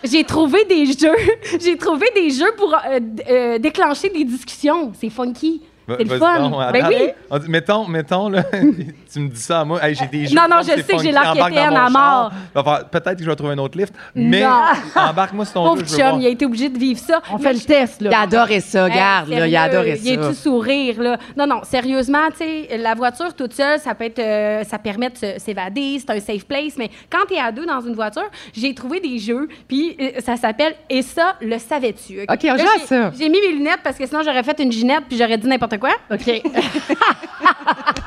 D: J'ai trouvé des jeux. J'ai trouvé des jeux pour euh, d- euh, déclencher des discussions. C'est funky.
B: Va-
D: C'est le
B: Bah, vas-y
D: fun.
B: donc,
D: ben
B: attends.
D: oui.
B: On dit, mettons, mettons, là, tu me dis ça à moi. Hey, j'ai des jeux
D: Non, non,
B: de
D: je
B: c'est
D: sais que j'ai
B: funky,
D: l'air
B: embarque dans
D: quétaine
B: mon
D: à
B: char.
D: mort.
B: Va faire- Peut-être que je vais trouver un autre lift, mais
D: Non.
B: embarque-moi sur ton
D: Pauvre
B: jeu. Je veux voir.
D: chum, il a été obligé de vivre ça.
A: On fait le test,
C: Il a
A: là.
C: adoré ça,
D: Hey,
C: regarde, là, il a
D: sérieux,
C: adoré ça.
D: Il est tout sourire, là. Non, non, sérieusement, tu sais, la voiture toute seule, ça peut être, euh, ça permet de se- s'évader, c'est un safe place, mais quand t'es à deux dans une voiture, j'ai trouvé des jeux, puis euh, ça s'appelle « Et ça, le savais-tu?
C: OK, on
D: Là,
C: joue à
D: j'ai-
C: ça.
D: J'ai mis mes lunettes parce que sinon, j'aurais fait une ginette, puis j'aurais dit n'importe quoi.
A: OK.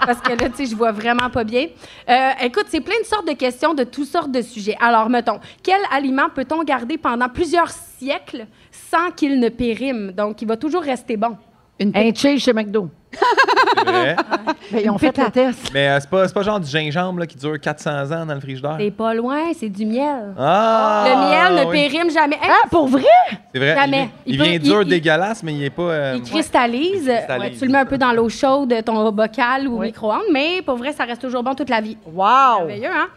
D: parce que là, tu sais, je vois vraiment pas bien. Euh, écoute, c'est plein de sortes de questions de toutes sortes de sujets. Alors, mettons, quel aliment peut-on garder pendant plusieurs siècles sans qu'il ne périme? Donc, il va toujours rester bon.
C: Une
A: Un cheese chez McDo.
B: c'est vrai.
A: Ben, ils ont fait le test.
B: Mais euh, c'est pas, c'est pas genre du gingembre là, qui dure 400 ans dans le frigidaire.
D: C'est pas loin, c'est du miel.
B: Ah!
D: le miel ne
B: oui.
D: périme jamais. Hein,
A: Ah, pour vrai?
B: C'est vrai.
D: Jamais.
B: Il,
D: Il
B: vient-
D: peut-
B: il vient dur,
D: il- il-
B: dégueulasse, mais il est pas. euh,
D: Il cristallise.
B: Il cristallise.
D: Ouais, tu le mets un peu dans l'eau chaude, ton bocal ou micro-ondes, mais pour vrai, ça reste toujours bon toute la vie.
A: Wow!
D: Merveilleux, hein?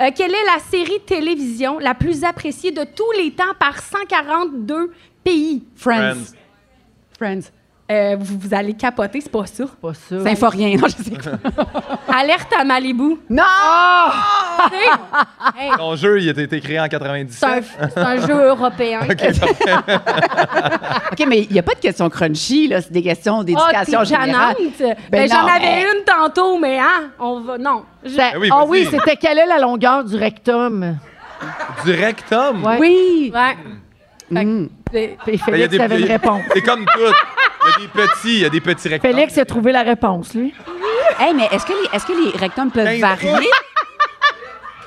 D: Euh, quelle est la série télévision la plus appréciée de tous les temps par 142 pays?
C: Friends. Friends.
D: Euh, vous, vous allez capoter, c'est pas ça.
A: Pas sûr.
C: C'est Symphorien, non, je sais quoi.
D: Alerte à Malibu.
A: Non!
D: Ah! Tu sais,
B: Ton jeu, il a été créé en
D: c'est un,
B: 97.
D: c'est un jeu européen.
C: OK, mais il n'y a pas de questions crunchy, là. C'est des questions
D: Ah, t'es
C: d'éducation générale.
D: gênante. Ben,
C: non,
D: J'en avais
C: mais-
D: une tantôt, mais hein, on va. Non. Je-
A: Ça-
B: Ben oui,
A: ah
B: vas-y.
A: oui, c'était quelle est la longueur du rectum?
B: Du rectum.
A: Ouais.
C: Oui.
D: Ouais.
C: Mm.
D: C'est-
A: Et
B: Ben, il y a
A: Félix
B: des-
A: avait
B: il
A: une
B: y a-
A: réponse.
B: C'est comme tout. Il y a des petits, il y a des petits rectums.
A: Félix a trouvé la réponse, lui.
C: Hey, mais est-ce que, les, est-ce que les rectums peuvent
B: 15
C: varier?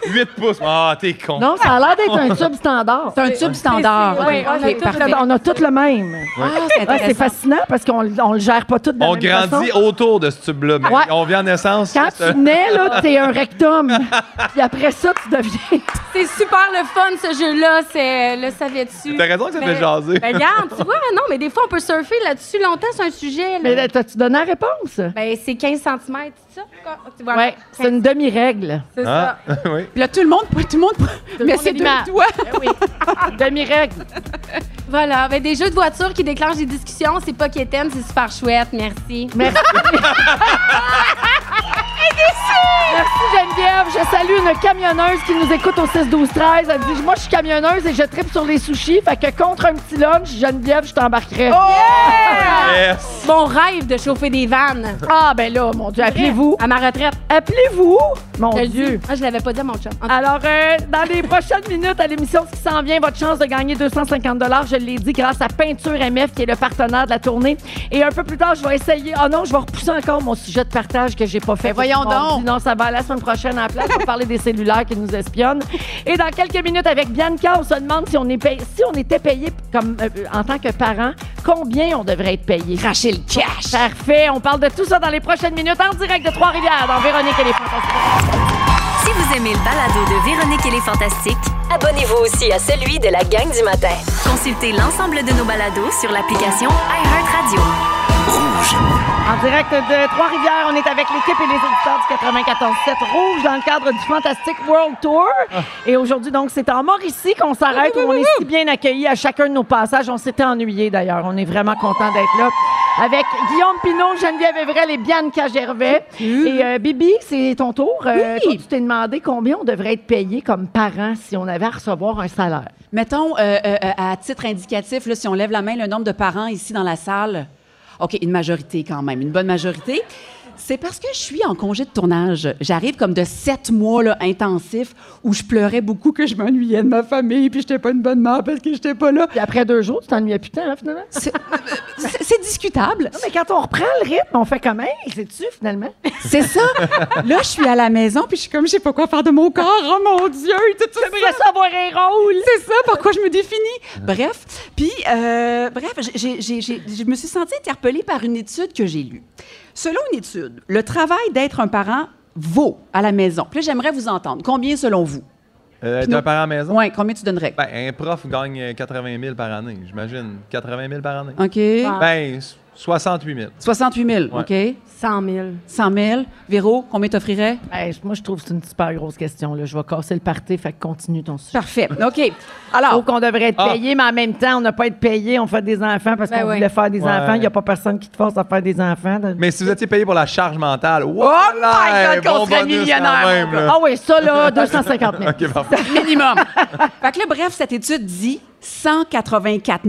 B: 8 pouces. Ah, t'es con.
A: Non, ça a l'air d'être un tube standard.
C: C'est un tube standard.
D: c'est- oui,
C: OK,
D: on a
C: OK,
D: tout
C: parfait.
A: On a tous le même.
C: Ah, c'est
A: Ouais, c'est
C: intéressant.
A: fascinant parce qu'on ne le gère pas tout de la
B: On
A: même
B: grandit
A: façon.
B: autour de ce tube-là. mais
A: Ouais.
B: On vient en naissance.
A: Quand
B: c'est un-
A: tu nais, là, t'es un rectum. Puis après ça, tu deviens...
D: C'est super le fun, ce jeu-là. C'est le savais-tu?
B: T'as raison que ça
D: Mais-
B: fait jaser.
D: Ben, regarde, tu vois, non, mais des fois, on peut surfer là-dessus longtemps sur un sujet. là.
A: Mais là, t'as-tu donné la réponse?
D: Ben, c'est 15 cm, c'est ça? Tu vois,
A: Oui, c'est une demi-règle.
D: c'est
B: Ah,
D: ça.
B: oui.
C: Puis là, tout le monde, tout le monde, mais
A: monde
C: c'est
A: est
C: deux
A: mal.
C: doigts.
A: oui. demi-règle.
D: Voilà. Ben, des jeux de voiture qui déclenchent des discussions, c'est pas quétaine, c'est super chouette. Merci.
A: Merci. Merci Geneviève. Je salue une camionneuse qui nous écoute au 6 12 13. Elle dit moi je suis camionneuse et je tripe sur les sushis, fait que contre un petit lunch, Geneviève, je t'embarquerai.
B: Yes.
D: Mon rêve de chauffer des vannes.
A: Ah ben là, mon Dieu, appelez-vous.
D: À ma retraite.
A: Appelez-vous. Mon
D: Je le
A: Dieu.
D: dis. Ah, je l'avais pas dit à mon chum. En tout cas,
A: Alors, euh, dans les prochaines minutes à l'émission, ce qui s'en vient, votre chance de gagner 250 je l'ai dit, grâce à Peinture MF, qui est le partenaire de la tournée. Et un peu plus tard, je vais essayer. Oh non, je vais repousser encore mon sujet de partage que j'ai pas fait.
C: Ben
A: Mon
C: voyons donc.
A: Dieu, Non, ça va à la semaine prochaine en place. On va parler des cellulaires qui nous espionnent. Et dans quelques minutes, avec Bianca, on se demande si on, est payé- si on était payé comme, euh, en tant que parent, combien on devrait être payé.
C: Cracher le cash.
A: Parfait. On parle de tout ça dans les prochaines minutes en direct de Trois-Rivières, dans Véronique et les Fantastiques.
F: Si vous aimez le balado de Véronique et les Fantastiques,
G: Abonnez-vous aussi à celui de la gang du matin.
F: consultez l'ensemble de nos balados sur l'application iHeartRadio.
A: En direct de Trois-Rivières, on est avec l'équipe et les auditeurs du 94-7 Rouge dans le cadre du Fantastic World Tour. Et aujourd'hui, donc, c'est en Mauricie qu'on s'arrête où on est si bien accueillis à chacun de nos passages. On s'était ennuyés d'ailleurs. On est vraiment content d'être là. Avec Guillaume Pinot, Geneviève Evrel et Bianca Gervais. Et euh, Bibi, c'est ton tour. Euh, toi, tu t'es demandé combien on devrait être payé comme parents si on avait à recevoir un salaire.
C: Mettons, euh, euh, euh, à titre indicatif, là, si on lève la main, le nombre de parents ici dans la salle, OK, une majorité quand même, une bonne majorité. C'est parce que je suis en congé de tournage. J'arrive comme de sept mois là, intensifs où je pleurais beaucoup que je m'ennuyais de ma famille puis j'étais pas une bonne mère parce que j'étais pas là.
A: Puis après deux jours, tu t'ennuyais putain, hein, finalement.
C: C'est- euh, C'est c'est discutable.
A: Non, mais quand on reprend le rythme, on fait comme, hey, c'est-tu finalement?
C: C'est ça. Là, je suis à la maison puis je suis comme, je sais pas quoi faire de mon corps. Oh mon Dieu, tout ça.
A: J'aimerais savoir un rôle.
C: C'est ça, pourquoi je me définis. Bref, puis, euh, bref, j'ai- j'ai- j'ai- je me suis sentie interpellée par une étude que j'ai lue. Selon une étude, le travail d'être un parent vaut à la maison. Puis là, j'aimerais vous entendre. Combien selon vous?
B: Euh,
C: Pinot.
B: D'un parent à la maison.
C: Oui, combien tu donnerais?
B: Ben, un prof gagne euh, 80 000 par année, j'imagine. 80 000 par année.
C: OK.
B: Ben, s- 68 000.
C: 68 000, OK.
D: 100 000.
C: 100 000. Véro, combien t'offrirais?
A: Ben, moi, je trouve que c'est une super grosse question. Là. Je vais casser le party, fait que continue ton sujet.
C: Parfait. OK.
A: Je
C: Alors,
A: trouve qu'on devrait être
B: Ah.
A: payé, mais en même temps, on n'a pas être payé, on fait des enfants parce
D: Ben
A: qu'on
D: oui.
A: voulait faire des
B: Ouais.
A: enfants. Il n'y a pas personne qui te force à faire des enfants.
B: Mais si vous étiez payé pour la charge mentale, oh
C: my God, qu'on serait millionnaire, Oh. mon gars.
A: Ah oui, ça, là, 250 000.
B: Ok, parfait.
C: minimum. fait que là, bref, cette étude dit 184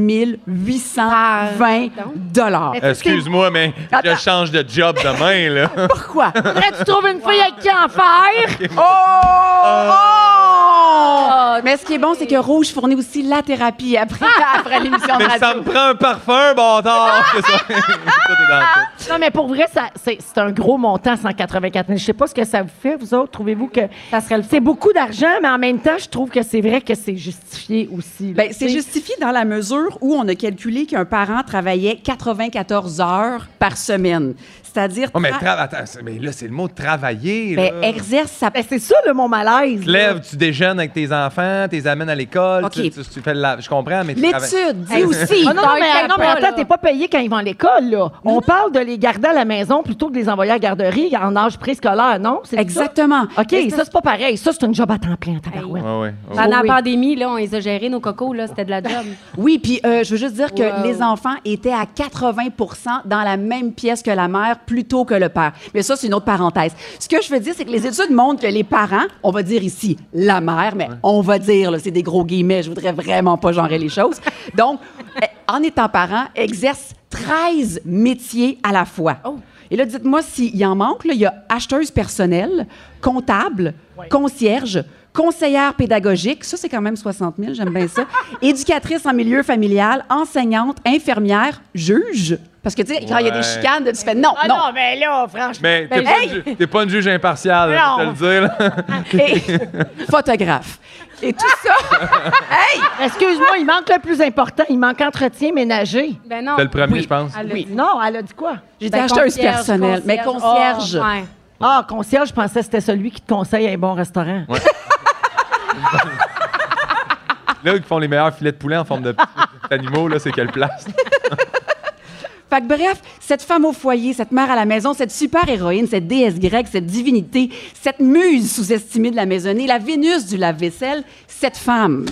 C: 820 dollars.
B: Excuse-moi, mais je change de job demain, là.
C: Pourquoi?
A: Après, tu trouves une fille avec qui en faire.
C: Oh! non! Mais ce qui est bon, c'est que Rouge fournit aussi la thérapie après, après l'émission de
B: Mais ça
C: radio.
B: me prend un parfum, bâtard! C'est ça. Tout est dans tout.
A: Non, mais pour vrai, ça- c'est c'est un gros montant, 184 000. Je sais pas ce que ça vous fait, vous autres. Trouvez-vous que
D: Ça serait le
A: c'est beaucoup d'argent, mais en même temps, je trouve que c'est vrai que c'est justifié aussi. là,
C: Ben, c'est
A: tu sais.
C: justifié dans la mesure où on a calculé qu'un parent travaillait 94 heures par semaine. C'est-à-dire.
B: Oh, mais,
C: tra-
B: tra- attends, c'est- mais là, c'est le mot travailler.
C: ben,
B: là.
C: exerce sa
A: Ben, c'est ça, le mon malaise.
B: Tu te
A: là.
B: lèves, tu déjeunes avec tes enfants, tu les amènes à l'école,
C: Ok.
B: tu, tu- tu fais le lave. Je comprends, mais tu travailles-
C: L'étude dit aussi.
A: Ah non, non, mais,
D: T'inquiète
A: non, mais
D: pas,
A: attends,
D: là.
A: t'es pas payé quand ils vont à l'école, là. On parle de les garder à la maison plutôt que de les envoyer à la garderie en âge préscolaire, non? C'est ça?
C: Exactement.
A: OK,
C: Mais c'est-
A: ça, c'est pas pareil. Ça, c'est une job à temps plein, tabarouette.
B: Ouais, ouais, ouais.
D: Pendant
A: Oh Oui.
D: la pandémie, là, on les a gérés, nos cocos, là, c'était de la job.
C: Oui, puis euh, je veux juste dire que
D: Wow.
C: les enfants étaient à 80 dans la même pièce que la mère plutôt que le père. Mais ça, c'est une autre parenthèse. Ce que je veux dire, c'est que les études montrent que les parents, on va dire ici la mère, mais on va dire, là, c'est des gros guillemets, je voudrais vraiment pas genrer les choses. Donc, euh, en étant parent, exerce 13 métiers à la fois. Et là, dites-moi s'il en manque. là. Il y a acheteuse personnelle, comptable, concierge, conseillère pédagogique. Ça, c'est quand même 60 000, j'aime bien ça. Éducatrice en milieu familial, enseignante, infirmière, juge. Parce que, tu sais, quand il y a
B: Ouais.
C: des chicanes, tu fais non,
A: Ah
C: non.
A: non, mais là, franchement.
B: Mais t'es
C: Ben,
B: pas,
C: hey!
B: une ju- t'es pas une juge impartiale, là, je
A: Non.
B: vais te le dire. là.
C: Et photographe. Et tout ça. hey!
A: Excuse-moi, il manque le plus important. Il manque entretien ménager.
D: Ben non.
B: T'es le premier, je pense.
D: Elle l'a
A: Oui.
D: dit.
A: Non, elle a dit quoi?
C: J'étais
D: Ben,
C: acheteuse
D: concierge,
C: personnelle, mais concierge.
D: Ah, ouais.
A: Ah, concierge, je pensais que c'était celui qui te conseille un bon restaurant.
B: Là, ils font les meilleurs filets de poulet en forme de- d'animaux, là, c'est quelle place?
C: Fait que bref, cette femme au foyer, cette mère à la maison, cette super-héroïne, cette déesse grecque, cette divinité, cette muse sous-estimée de la maisonnée, la Vénus du lave-vaisselle, cette femme.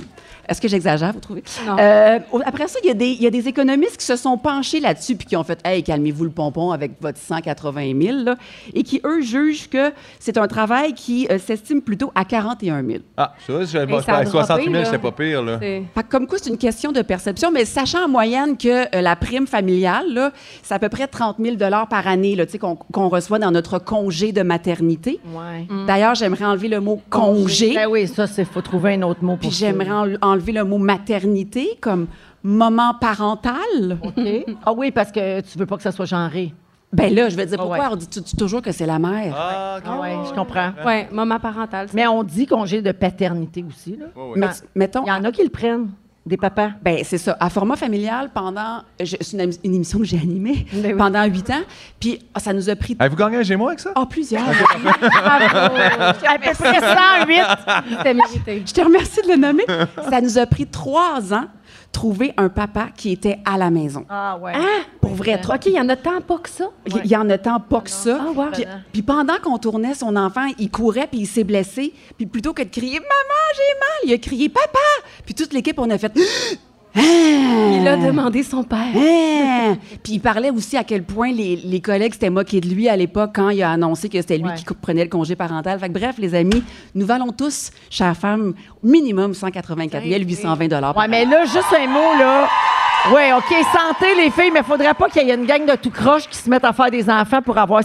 C: Est-ce que j'exagère, vous trouvez?
D: Non.
C: Euh, au- après ça, il y, a des- il y a des économistes qui se sont penchés là-dessus puis qui ont fait Hey, calmez-vous le pompon avec votre 180 000 là, et qui, eux, jugent que c'est un travail qui euh, s'estime plutôt à 41 000
B: Ah, ça, je,
D: Mais ça a
B: avec 60 000,
D: droppé, là.
B: c'est pas pire, là.
D: C'est-
C: fait que comme quoi, c'est une question de perception, mais sachant en moyenne que euh, la prime familiale, là, c'est à peu près 30 000 par année là, tu sais, qu'on, qu'on reçoit dans notre congé de maternité.
A: Ouais.
C: D'ailleurs, j'aimerais enlever le mot congé,
A: Ben oui, ça, il faut trouver un autre mot pour
C: puis
A: ça.
C: j'aimerais enle- enlever le mot maternité comme moment parental.
A: OK. Ah oui, parce que tu veux pas que ça soit genré.
C: Ben là, je vais dire,
A: Ah ouais.
C: pourquoi on dit tu- tu- toujours que c'est la mère?
B: Ah,
A: Ah ouais, je comprends.
D: Ouais, maman parentale.
A: Mais on dit congé de paternité aussi. Là.
C: Mais
A: Ouais. Ah.
C: tu- mettons,
A: Il y en a qui le prennent, des papas.
C: Ben, c'est ça. À format familial, pendant. je- c'est une, émi- une émission que j'ai animée
D: Ben oui.
C: pendant huit ans. Puis, ah, ça nous a pris.
B: Avez-vous gagné un chez moi avec ça?
C: Ah, plusieurs.
A: Ah À peu près 108.
D: C'était mérité.
C: Je te remercie de le nommer. Ça nous a pris trois ans trouver un papa qui était à la maison.
A: Ah ouais.
C: Pour vrai, trois.
D: OK, il y en a tant pas que ça.
C: Il il y en a tant pas que ça.
D: Ah, wow.
C: Puis- Puis pendant qu'on tournait, son enfant, il courait puis il s'est blessé. Puis plutôt que de crier maman, j'ai mal, il a crié papa. Puis toute l'équipe, on a fait. Ah!
D: Il
J: Euh.
C: Il
D: a demandé son père.
C: Hein? Puis il parlait aussi à quel point les, les collègues s'étaient moqués de lui à l'époque quand il a annoncé que c'était lui
A: Ouais.
C: qui cou- prenait le congé parental. Fait que bref, les amis, nous valons tous, chères femmes, minimum 184 820 dollars.
A: Ouais, mais là, juste un mot, là. Oui, OK, santé, les filles, mais faudrait pas qu'il y ait une gang de tout croche qui se mette à faire des enfants pour avoir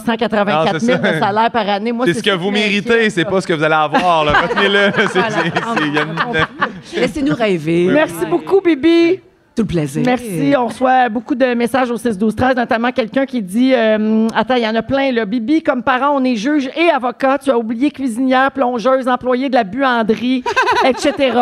B: Non,
A: 184 000
B: c'est ça.
A: de salaire par année. Moi,
B: C'est ce que
A: ça
B: vous
A: qui m'inquiète,
B: méritez, c'est
A: là.
B: pas ce que vous allez avoir, là. Retenez-le. c'est- c'est- c'est- il y a une-
C: Laissez-nous rêver.
A: Merci beaucoup, Bibi.
C: Tout le plaisir.
A: Merci. On reçoit beaucoup de messages au 6 12 13 notamment quelqu'un qui dit euh, Attends, il y en a plein, là. Bibi, comme parent, on est juge et avocat. Tu as oublié cuisinière, plongeuse, employée de la buanderie, etc.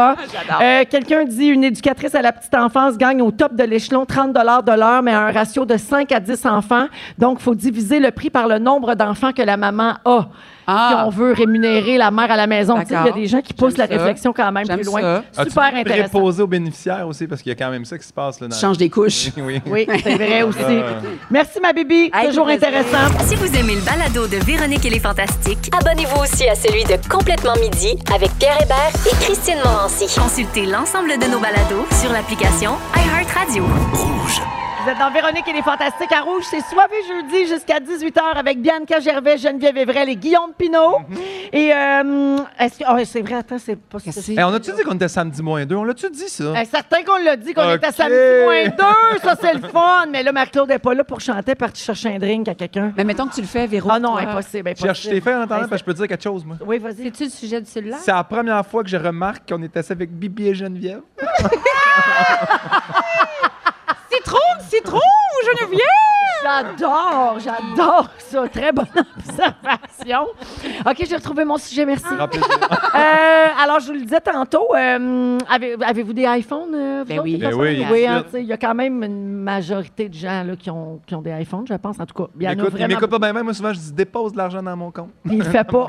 A: Euh, quelqu'un dit Une éducatrice à la petite enfance gagne au top de l'échelon 30 de l'heure, mais à un ratio de 5 à 10 enfants. Donc, il faut diviser le prix par le nombre d'enfants que la maman a.
C: Ah.
A: Si on veut rémunérer la mère à la maison. Tu sais, Il y a
C: D'accord.
A: des gens qui poussent la
C: J'aime ça.
A: réflexion quand même
C: J'aime
A: plus loin.
C: ça.
B: As-tu
A: Super
B: pu
A: intéressant.
B: préposer aux bénéficiaires aussi, parce qu'il y a quand même ça qui se passe, là. Dans...
C: Tu changes des couches.
B: Oui.
A: Oui, c'est vrai aussi. Merci, ma bibi.
C: Hey,
A: Toujours
C: plaisir.
A: intéressant.
F: Si vous aimez le balado de Véronique et les Fantastiques,
G: Abonnez-vous aussi à celui de Complètement Midi avec Pierre Hébert et Christine Morancy.
F: consultez l'ensemble de nos balados sur l'application iHeartRadio.
A: Vous êtes dans Véronique et les Fantastiques à Rouge. C'est soivé jeudi jusqu'à 18h avec Bianca Gervais, Geneviève Evrel et Guillaume Pinault.
B: Mhm.
A: Et euh, est-ce que. oh, c'est vrai, attends, c'est pas
C: Qu'est-ce que
A: ça.
C: c'est?
B: Hey, on a-tu dit qu'on était samedi moins 2? On l'a-tu dit, ça?
A: Euh, Certains qu'on l'a dit qu'on
B: Ok.
A: était samedi moins deux, ça c'est le fun. Mais là, Marc-Claude n'est pas là pour chanter, partir chercher un drink à quelqu'un.
C: Mais mettons que tu le fais, Véro.
A: Ah non,
C: toi.
A: impossible, impossible.
B: Cherche tes faits en attendant,
A: Hey, Hein?
B: parce que je peux te dire quelque chose, moi.
A: c'est- Oui, vas-y.
D: C'est-tu le sujet du cellulaire?
B: C'est la première fois que je remarque qu'on était assis avec Bibi et Geneviève.
C: Citron, citron, Geneviève!
A: J'adore, j'adore ça. Très bonne observation. OK, j'ai retrouvé mon sujet, merci.
B: Grand plaisir.
A: Euh, alors, je vous le disais tantôt, euh, avez, avez-vous des iPhones? euh, vous
C: Ben
A: autres,
C: oui.
A: les personnes?
B: Ben oui,
A: oui.
B: tout de
A: hein,
B: suite.
A: tu sais, Il y a quand même une majorité de gens là, qui, ont, qui ont des iPhones, je pense, en tout cas. Il y en a
B: Écoute, il
A: vraiment
B: m'écoute pas bien, même. Moi, souvent, je dis dépose de l'argent dans mon compte.
A: Puis il le fait pas.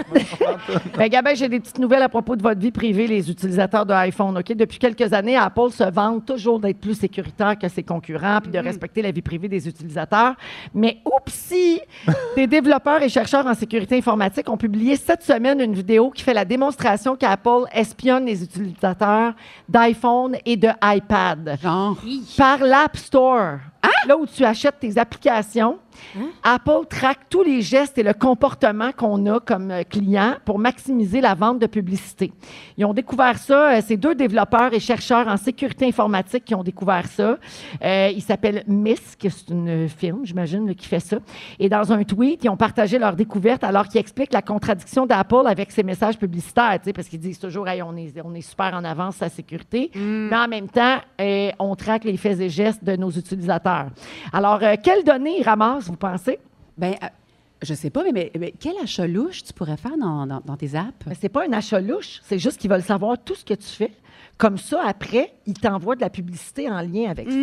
A: ben, Gabin, j'ai des petites nouvelles à propos de votre vie privée, les utilisateurs de iPhone. OK? Depuis quelques années, Apple se vante toujours d'être plus sécuritaire que ses concurrents puis de respecter la vie privée des utilisateurs. Mais oupsie! des développeurs et chercheurs en sécurité informatique ont publié cette semaine une vidéo qui fait la démonstration qu'Apple espionne les utilisateurs d'iPhone et de iPad
C: Genre.
A: par l'App Store, là où tu achètes tes applications. Apple traque tous les gestes et le comportement qu'on a comme euh, client pour maximiser la vente de publicité. Ils ont découvert ça, euh, c'est deux développeurs et chercheurs en sécurité informatique qui ont découvert ça. Euh, ils s'appellent Misk, c'est une firme, j'imagine, là, qui fait ça. Et dans un tweet, ils ont partagé leur découverte alors qu'ils expliquent la contradiction d'Apple avec ses messages publicitaires, tu sais, parce qu'ils disent toujours, Hey, on, est, on est super en avance, la sécurité. Mais en même temps, euh, on traque les faits et gestes de nos utilisateurs. Alors, euh, quelles données ils ramassent, vous pensez?
C: Ben, euh, je sais pas, mais, mais- mais quel achat louche tu pourrais faire dans, dans- dans tes apps?
A: Mais c'est pas un achat louche, c'est juste qu'ils veulent savoir tout ce que tu fais. Comme ça, après, ils t'envoient de la publicité en lien avec ça.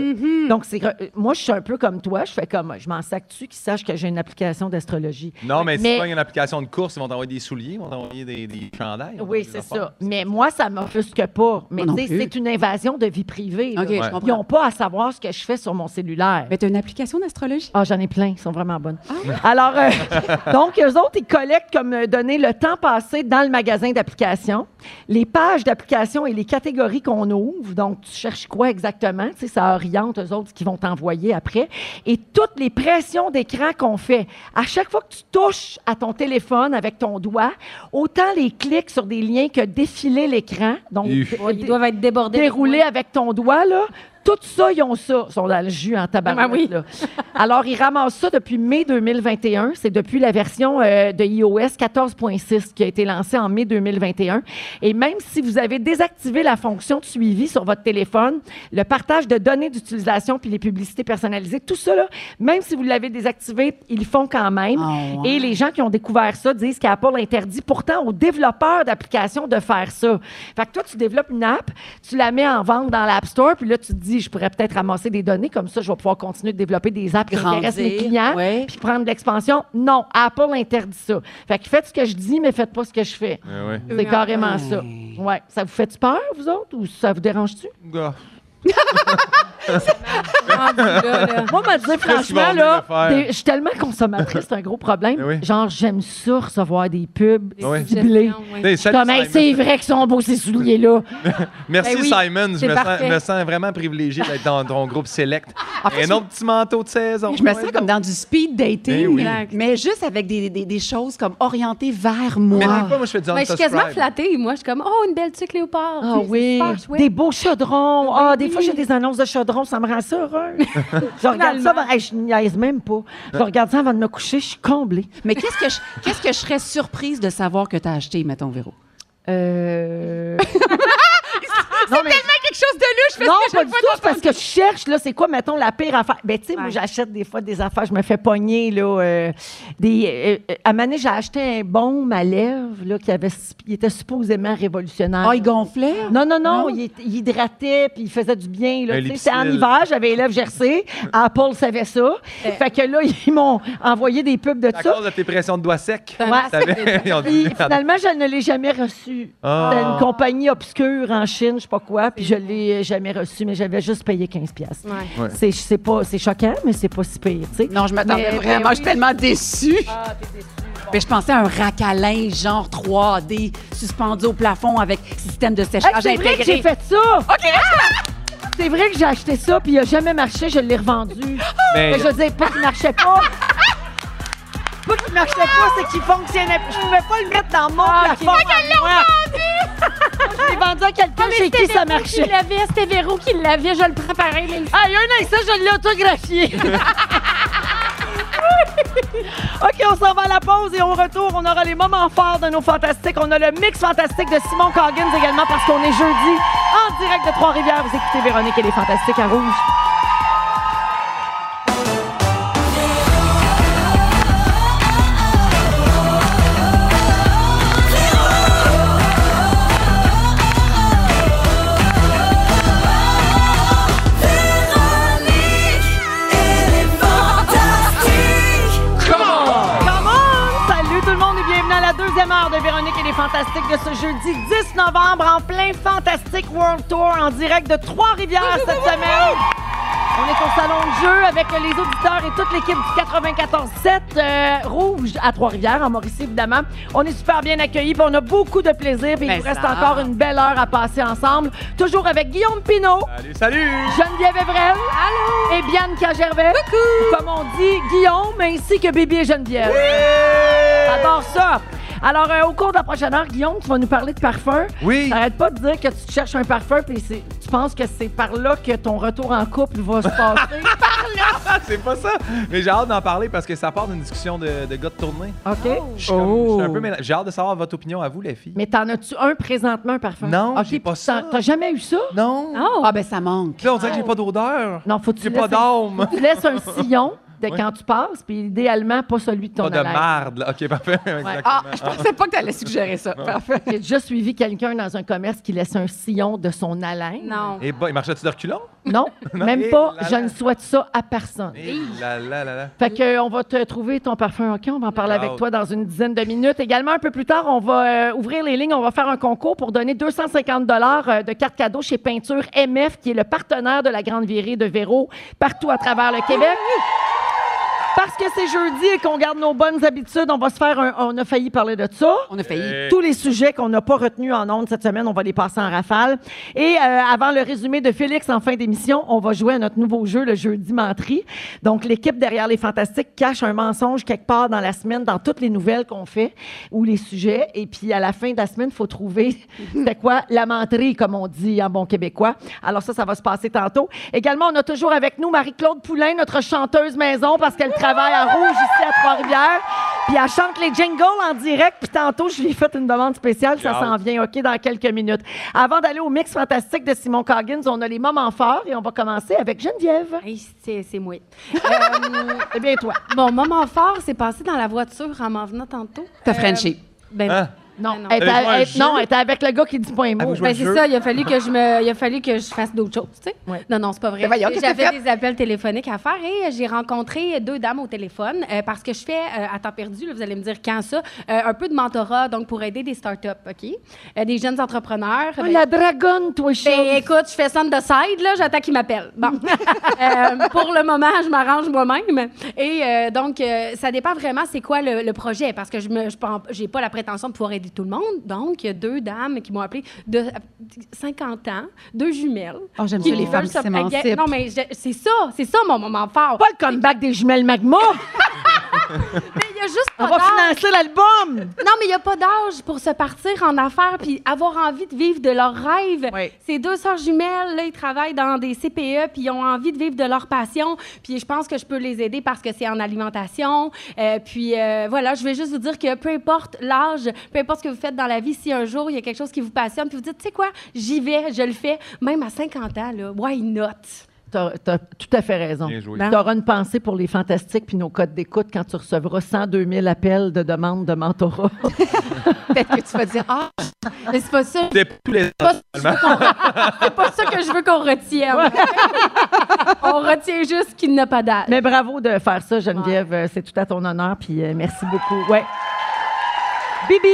A: Donc, c'est, re- euh, moi, je suis un peu comme toi. Je fais comme, je m'en sac-tu qu'ils sachent que j'ai une application d'astrologie.
B: Non, mais, si
A: Mais-
B: tu pognes une application de course, ils vont t'envoyer des souliers, ils vont t'envoyer des, des chandails. ils vont t'envoyer hein,
A: Oui,
B: des
A: c'est
B: affaires. Eh
A: ça. Mais moi, ça m'offusque pas. Mais
C: Moi non
A: tu sais,
C: plus.
A: c'est une invasion de vie privée. là.
C: OK, je
B: Ouais.
A: Ils n'ont
C: comprends.
A: pas à savoir ce que je fais sur mon cellulaire.
C: Mais Ben, t'as une application d'astrologie?
A: Ah, j'en ai plein, ils sont vraiment bonnes. Alors, euh, donc, eux autres, ils collectent comme euh, données le temps passé dans le magasin d'applications, les pages d'applications et les catégories qu'on ouvre. Donc, tu cherches quoi exactement? Tu sais, ça oriente eux autres ce qu'ils vont t'envoyer après. Et toutes les pressions d'écran qu'on fait. À chaque fois que tu touches à ton téléphone avec ton doigt, autant les clics sur des liens que défiler l'écran. Donc,
B: Uf.
D: Ouais, ils doivent être débordés.
A: déroulé avec ton doigt, là. Tout ça, ils ont ça. Ils sont dans le jus en tabac.
D: Ah ben oui.
A: Alors, ils ramassent ça depuis mai 2021. C'est depuis la version euh, de iOS 14.6 qui a été lancée en mai 2021. Et même si vous avez désactivé la fonction de suivi sur votre téléphone, le partage de données d'utilisation puis les publicités personnalisées, tout ça, là, même si vous l'avez désactivé, ils le font quand même.
C: Ah ouais.
A: Et les gens qui ont découvert ça disent qu'Apple interdit pourtant aux développeurs d'applications de faire ça. Fait que toi, tu développes une app, tu la mets en vente dans l'App Store, puis là, tu te dis, je pourrais peut-être ramasser des données, comme ça, je vais pouvoir continuer de développer des apps qui
C: Grandir,
A: intéressent mes clients,
C: ouais.
A: puis prendre de l'expansion. Non, Apple interdit ça. Fait que faites ce que je dis, mais faites pas ce que je fais.
B: Ouais, Eh ouais.
A: C'est carrément ça. Ouais. Ça vous fait peur, vous autres, ou ça vous dérange-tu?
B: Ah.
A: Moi, me
B: Qu'est-ce
A: dire,
B: qu'ils vont
A: franchement,
B: venir
A: là,
B: me faire?
A: des- je suis tellement consommatrice, c'est un gros problème.
B: Ben oui.
A: Genre, j'aime ça recevoir des pubs
B: Ah oui.
A: ciblées.
B: Hey, salut,
A: Comme, hey,
B: Simon.
A: c'est vrai qu'ils sont beaux, ces souliers-là.
B: Merci
D: Ben oui,
B: Simon, je
D: c'est
B: me sens,
D: parfait.
B: me sens vraiment privilégié d'être dans ton groupe select. Et un autre petit manteau de saison.
C: Je me sens comme dans du speed dating,
B: Eh oui.
D: Exact.
C: mais juste avec des, des- des choses comme orientées vers moi.
B: Mais des fois, moi, je fais du
D: Mais Ben, je suis quasiment
B: unsubscribe.
D: flattée. Moi, je suis comme, oh, une belle tuque Léopard.
A: Ah
D: Tu sais, c'est
A: oui,
D: super chouette.
A: des beaux chaudrons. Ah, des fois, j'ai des annonces de chaudrons, ça me rend ça heureuse. je regarde ça, ben, hey, je niaise même pas. Je regarde ça avant de me coucher, je suis comblée.
C: Mais qu'est-ce que je, qu'est-ce que je serais surprise de savoir que t'as acheté, mettons, Véro?
A: Euh...
C: Quelque chose de
A: Non, pas du tout, c'est parce que je cherche, là, c'est quoi, mettons, la pire affaire. Ben, tu sais, moi,
D: Ouais.
A: j'achète des fois des affaires, je me fais pogner, là. euh, des, euh, euh, à Mané, j'ai acheté un baume à lèvres, là, qui avait, il était supposément révolutionnaire.
C: Ah, il gonflait?
A: Non, non, non,
C: Non.
A: Il, est- il hydratait, puis il faisait du bien. Là,
B: Un
A: tu sais, c'était en
B: Ben, Lipsil.
A: hiver, j'avais les lèvres gercées. Apple savait ça. Fait que là, ils m'ont envoyé des pubs de
B: À
A: ça.
B: cause de tes pressions de doigts secs.
A: Ouais.
B: T'avais- Ils ont dit-
A: Puis, finalement, je ne l'ai jamais reçu.
B: Ah.
A: C'était une compagnie obscure en Chine, je sais pas quoi, puis je l'ai jamais reçu, mais j'avais juste payé 15 pièces.
D: Ouais.
B: Ouais.
A: C'est c'est pas c'est choquant, mais c'est pas si pire, tu sais.
C: Non, je m'attendais
D: Mais-
C: vraiment.
D: mais
C: Je suis tellement Ah, déçue. Mais je pensais à un rack à linge genre 3D suspendu au plafond avec système de
A: Hey,
C: séchage
A: Ah, c'est vrai que
C: intégré.
A: j'ai fait ça.
C: OK, reste-
A: c'est vrai que j'ai acheté ça, puis il a jamais marché, je l'ai revendu.
B: Mais-
A: Mais je veux dire, pas qu'il marchait pas. Pas qu'il marchait pas, c'est qu'il fonctionnait. pas. Je pouvais pas le mettre dans mon plafond. à moi. Moi, Je l'ai vendu à quelqu'un
J: Ah, mais
A: chez
J: c'était
A: qui ça
J: Véro qui
A: marchait.
J: l'avait, c'était Véro qui l'avait, je le préparais. Mais...
A: Ah, il y a un an, ça, je l'ai autographié. OK, on s'en va à la pause et au retour, on aura les moments forts de nos fantastiques. On a le mix fantastique de Simon Coggins également parce qu'on est jeudi en direct de Trois-Rivières. Vous écoutez Véronique et les Fantastiques à Rouge. Come on! Salut tout le monde et bienvenue à la deuxième heure de Véronique et les Fantastiques de ce jeudi 10 novembre en plein Fantastic World Tour en direct de Trois-Rivières cette semaine. On est au salon de jeu avec les auditeurs et toute l'équipe du 94-7 euh, Rouge à Trois-Rivières, en Mauricie évidemment. On est super bien accueillis puis on a beaucoup de plaisir puis il
C: Ben
A: nous reste
C: ça.
A: encore une belle heure à passer ensemble. Toujours avec Guillaume Pinault,
B: Salut, salut!
A: Geneviève Evrel Allô. et Bianca Gervais. Coucou. Comme on dit, Guillaume ainsi que Bibi et Geneviève. J'adore ça. Alors, euh, au cours de la prochaine heure, Guillaume, tu vas nous parler de parfum.
B: Oui!
A: Arrête pas de dire que tu te cherches un parfum, puis c'est- tu penses que c'est par là que ton retour en couple va se passer.
B: Ah, c'est pas ça! Mais j'ai hâte d'en parler parce que ça part d'une discussion de, de gars de tournée.
A: OK?
B: Je suis comme- je suis un peu mélan- J'ai hâte de savoir votre opinion à vous, les filles.
A: Mais t'en as-tu un présentement, un parfum?
B: Non,
A: Ok,
B: j'ai pas
A: puis
B: ça.
A: t'en- T'as jamais eu ça?
B: Non!
D: Oh,
C: Ah, ben ça manque.
B: Puis Là, on dirait que j'ai pas d'odeur.
A: Non, faut que tu
B: J'ai pas
A: laisses un-
B: d'âme.
A: tu laisses un sillon de
B: Ouais.
A: quand tu passes, puis idéalement, pas celui de ton
B: Pas de
A: haleine.
B: marde, là. OK, parfait. Exactement.
C: Ah, je pensais pas que t'allais suggérer ça. Parfait.
A: J'ai déjà suivi quelqu'un dans un commerce qui laissait un sillon de son haleine.
D: Non.
B: Et bah, il marchait-tu de reculons?
A: Non,
B: Non.
A: même
B: Et
A: pas.
B: là
A: Je
B: là.
A: ne souhaite ça à personne.
B: Eh là là là là.
A: Fait que, euh, on va te trouver ton parfum. OK, on va en parler
B: Wow.
A: avec toi dans une dizaine de minutes. Également, un peu plus tard, on va euh, ouvrir les lignes. On va faire un concours pour donner 250 dollars euh, de cartes cadeaux chez Peinture MF, qui est le partenaire de la Grande Virée de Véro partout à travers le Québec. Parce que c'est jeudi et qu'on garde nos bonnes habitudes, on va se faire un... On a failli parler de ça.
C: On a failli.
B: Eh.
A: Euh, Tous les sujets qu'on n'a pas retenus en ondes cette semaine, on va les passer en rafale. Et euh, avant le résumé de Félix en fin d'émission, on va jouer à notre nouveau jeu, le jeudi menterie. Donc, l'équipe derrière les Fantastiques cache un mensonge quelque part dans la semaine, dans toutes les nouvelles qu'on fait ou les sujets. Et puis, à la fin de la semaine, il faut trouver, c'est quoi, la menterie, comme on dit en bon québécois. Alors ça, ça va se passer tantôt. Également, on a toujours avec nous Marie-Claude Poulain, notre chanteuse maison, parce qu'elle travaille à Rouge ici à Trois-Rivières. Puis elle chante les jingles en direct. Puis tantôt, je lui ai fait une demande spéciale. Ça s'en vient, OK, dans quelques minutes. Avant d'aller au mix fantastique de Simon Coggins, on a les moments forts et on va commencer avec Geneviève.
D: Hey, c'est c'est moi. Euh,
A: Eh bien, toi.
D: Mon moment fort s'est passé dans la voiture en m'en venant tantôt.
C: T'as Frenchie.
D: Ben,
B: Hein?
A: Non,
D: Ben non.
A: elle était-
B: Avec moi,
A: elle-
B: je-
A: non, elle était avec le gars qui dit pas un mot.
B: vous jouez
D: Ben,
B: le jeu.
D: c'est ça, il a fallu que je me il a fallu que je fasse d'autres choses, tu sais.
A: Ouais.
D: Non non, c'est pas vrai.
C: Ben voyons, qu'est-ce que t'as
D: J'avais
C: fait?
D: des appels téléphoniques à faire et euh, j'ai rencontré deux dames au téléphone euh, parce que je fais euh, à temps perdu, là, vous allez me dire quand ça, euh, un peu de mentorat donc pour aider des startups, OK Euh, des jeunes entrepreneurs.
A: Oh,
D: Ben,
A: la dragonne, toi, chérie.
D: ben, écoute, je fais ça de side, là, j'attends qu'il m'appelle. Bon. Euh, pour le moment, je m'arrange moi-même. Et euh, donc, euh, ça dépend vraiment c'est quoi le, le projet, parce que je me, je pense- j'ai pas la prétention de pouvoir aider tout le monde. Donc, il y a deux dames qui m'ont appelé de 50 ans, deux jumelles.
C: Oh, j'aime
D: qui
C: ça, les
D: veulent
C: femmes qui
D: se
C: s'émancipent.
D: bagarrer. Non, mais je- c'est ça, c'est ça mon moment fort.
A: Pas le comeback des jumelles magma.
D: Mais il y a juste
A: On
D: pas
A: va
D: d'âge.
A: financer l'album.
D: Non, mais il n'y a pas d'âge pour se partir en affaires puis avoir envie de vivre de leurs rêves.
A: Oui.
D: Ces deux sœurs jumelles, là, ils travaillent dans des CPE puis ils ont envie de vivre de leur passion. Puis je pense que je peux les aider parce que c'est en alimentation. Euh, puis euh, voilà, je vais juste vous dire que peu importe l'âge, peu importe ce que vous faites dans la vie, si un jour il y a quelque chose qui vous passionne puis vous dites, tu sais quoi, j'y vais, je le fais, même à 50 ans, là, why not?
A: T'as t'as tout à fait raison.
B: Bien joué.
A: Tu auras une pensée pour les fantastiques puis nos codes d'écoute quand tu recevras 102 000 appels de demandes de mentorat.
C: Peut-être que tu vas dire Ah,
D: Mais c'est pas ça,
B: C'était tous les
D: c'est pas ça que je veux qu'on retienne. On retient juste qu'il n'a pas d'âge.
A: Mais bravo de faire ça, Geneviève. Euh, C'est tout à ton honneur puis euh, merci beaucoup. Ouais. Bibi,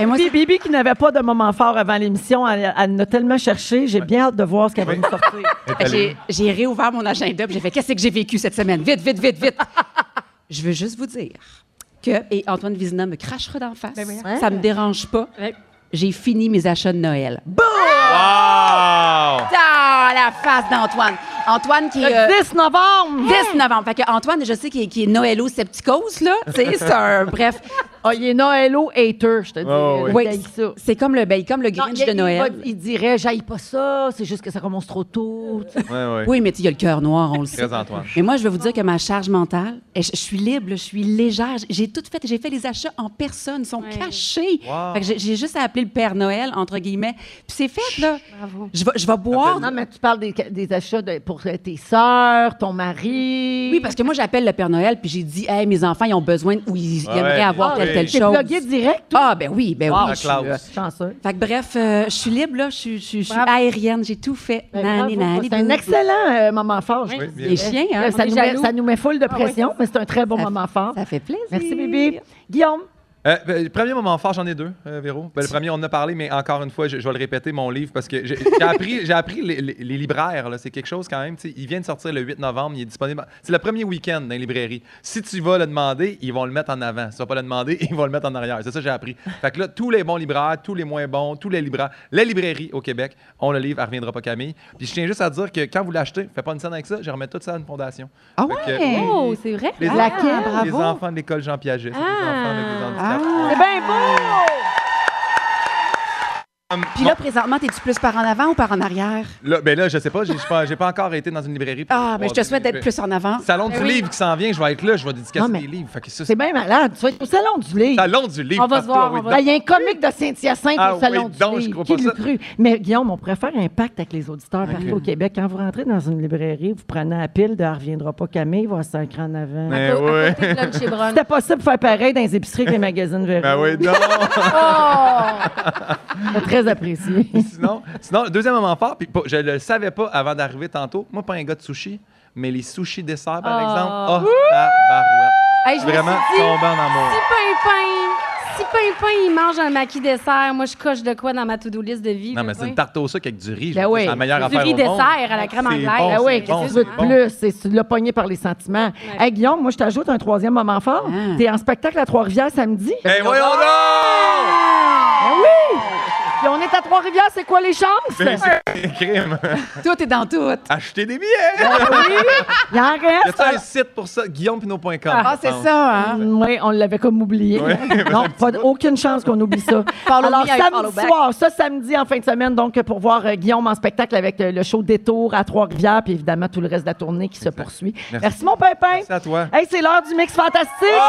C: et moi,
A: Bi-
C: c'est
A: Bibi qui n'avait pas de moment fort avant l'émission, elle, elle en a tellement cherché. J'ai bien hâte de voir ce qu'elle va nous sortir.
C: J'ai- J'ai réouvert mon agenda, puis j'ai fait qu'est-ce que j'ai vécu cette semaine Vite, vite, vite, vite. je veux juste vous dire que et Antoine Vizina me crachera d'en face. ça me dérange pas. J'ai fini mes achats de Noël. Boum!
B: Wow!
C: Ah, la face d'Antoine. Antoine qui est euh,
A: Le 10 novembre.
C: 10 novembre. Fait que Antoine, je sais qu'il est, qu'il est noélo-scepticos, là. Tu sais, c'est un... Bref,
A: Ah, il est Noëlo hater, je te dis.
B: Oh, oui.
A: Il
C: Oui,
A: haït
C: c'est-
A: ça.
C: c'est comme le, ben, comme le
A: Non,
C: Grinch
A: il-
C: de
A: il
C: Noël.
A: va- Il, dirait, j'aille pas ça, c'est juste que ça commence trop tôt. tu sais.
B: Ouais, ouais.
C: Oui, mais tu il a le cœur noir, on le sait.
B: Très Antoine.
C: Mais moi, je vais vous dire que ma charge mentale, eh, je, je suis libre, je suis légère. J'ai tout fait, j'ai fait les achats en personne, ils sont cachés.
B: Wow.
C: Fait que j'ai- j'ai juste à appeler le Père Noël, entre guillemets. Puis c'est fait, là. Je vais, je vais boire.
A: Non, mais tu parles des, des achats de- pour tes sœurs, ton mari. Ah,
C: Oui, parce que moi, j'appelle le Père Noël, puis j'ai dit, hey, mes enfants, ils ont besoin, ou ils, ils
B: Ouais,
C: aimeraient
B: ouais.
C: avoir
B: Ah, oui.
C: telle, telle
A: T'es
C: chose.
A: blogué direct, toi.
C: Ah, ben oui, ben
A: Wow.
C: oui.
B: La
C: je suis, euh,
B: classe.
A: Chanceux.
C: Fait que bref, euh, je suis libre, là. Je suis- je suis je suis
D: Bravo.
C: aérienne, j'ai tout fait.
A: Ben,
C: Nani,
A: bravo,
C: nani,
A: C'est un
C: dou-
A: excellent euh, moment fort. je
B: Oui,
A: pense.
B: bien.
C: Les chiens, hein?
A: ça,
D: on est
A: nous met,
D: jaloux. Ah
A: ça nous met full de pression, mais c'est un très bon
C: Ça-
A: moment fort.
C: Ça fait plaisir.
A: Merci, bébé. Guillaume,
B: Euh, ben, premier moment fort, j'en ai deux, euh, Véro. Ben, le premier, on en a parlé, mais encore une fois, je, je vais le répéter, mon livre, parce que j'ai j'ai appris, j'ai appris les, les- les libraires, là, c'est quelque chose quand même. tu sais, Il vient de sortir le 8 novembre, il est disponible. C'est le premier week-end dans les librairies. Si tu vas le demander, ils vont le mettre en avant. Si tu vas pas le demander, ils vont le mettre en arrière. C'est ça que j'ai appris. Fait que là, tous les bons libraires, tous les moins bons, tous les libraires, les librairies au Québec ont le livre, elle reviendra pas Camille. Puis je tiens juste à dire que quand vous l'achetez, fais pas une scène avec ça, je remets tout ça à une fondation.
C: Ah
B: Fait que,
C: ouais?
B: oui,
D: Oh, c'est vrai?
B: les,
A: Laquelle?
B: enfants, les
C: Ah, Bravo. Ah.
B: enfants de l'école Jean Piaget, c'est des
D: Ah.
B: enfants avec des handicaps.
A: c'est bien beau!
B: Um,
C: Puis là, présentement, t'es-tu plus par en avant ou par en arrière?
B: Là, ben là, je sais pas, j'ai j'ai pas, j'ai pas encore été dans une librairie. pour
C: Ah, mais je te
B: croiser
C: souhaite
B: les-
C: d'être plus en avant.
B: Salon du livre qui s'en vient, je vais être là, je vais dédicacer
A: Non, mais-
B: des livres. Fait que ça,
A: C'est bien malade. Tu vas être au Salon du livre.
B: Salon du livre.
D: On va se
B: partout,
D: voir,
B: ah oui,
D: on
A: Ben, Il y a un comique de Saint-Hyacinthe
B: Ah
A: au Salon
B: oui,
A: du
B: donc, je
A: livre.
B: crois
A: Qui
B: pas
A: l'eût
B: ça.
A: cru? Mais Guillaume, on pourrait faire un pacte avec les auditeurs partout au Québec. Quand vous rentrez dans une librairie, vous prenez la pile de « Elle reviendra pas Camille », va s'increr en avant.
B: Ben
D: Au- à
B: oui.
D: côté de Lunch et Brunch.
A: C'était possible de faire pareil dans les épiceries et les magazines verts.
B: Ben oui, non.
D: Oh!
A: C'est très apprécié.
B: sinon, sinon, le deuxième moment fort, puis pas- je le savais pas avant d'arriver tantôt. Moi, pas un gars de sushi, mais les sushis dessert, par exemple. Oh, la
D: Hey, je me
B: Vraiment
D: suis dit,
B: tombé en amour.
D: Si Pimpin, si Pimpin, il mange un maquis dessert, moi, je coche de quoi dans ma to-do list de vie?
B: Non,
D: là,
B: mais c'est
D: ouais.
B: une tarte au sucre avec du riz. je
A: Ben
B: veux dire,
A: oui.
B: C'est la meilleure
D: Du
B: affaire
D: riz
B: au monde.
D: dessert à la crème
B: C'est
D: anglaise.
B: bon,
D: Ben
B: c'est
D: oui,
B: bon,
D: qu'est-ce
B: c'est
D: que
A: de
B: bon.
A: plus, c'est tu l'as pogné par les sentiments. Hey, Guillaume, moi, je t'ajoute un troisième moment fort.
C: Ah.
A: T'es en spectacle à Trois-Rivières samedi.
B: Ben voyons donc!
A: Ben oui! Puis on est à Trois-Rivières, c'est quoi les chances?
B: Ben, c'est un crime.
C: Tout est dans tout.
B: Achetez des billets!
A: Il en
B: Y
A: reste.
B: a un site pour ça? GuillaumePinot.com.
C: Ah, c'est ça, hein?
A: Mm, Oui, on l'avait comme oublié.
B: Ouais, ben,
A: non, pas, d- aucune chance qu'on oublie ça.
C: Follow
A: Alors,
C: me avec follow
A: samedi
C: back.
A: soir, ça, samedi en fin de semaine, donc, pour voir euh, Guillaume en spectacle avec euh, le show Détour à Trois-Rivières, puis évidemment, tout le reste de la tournée qui se poursuit. Merci,
B: Merci.
A: mon pimpin.
B: Merci à toi. Ah,
A: Hey, c'est l'heure du mix fantastique.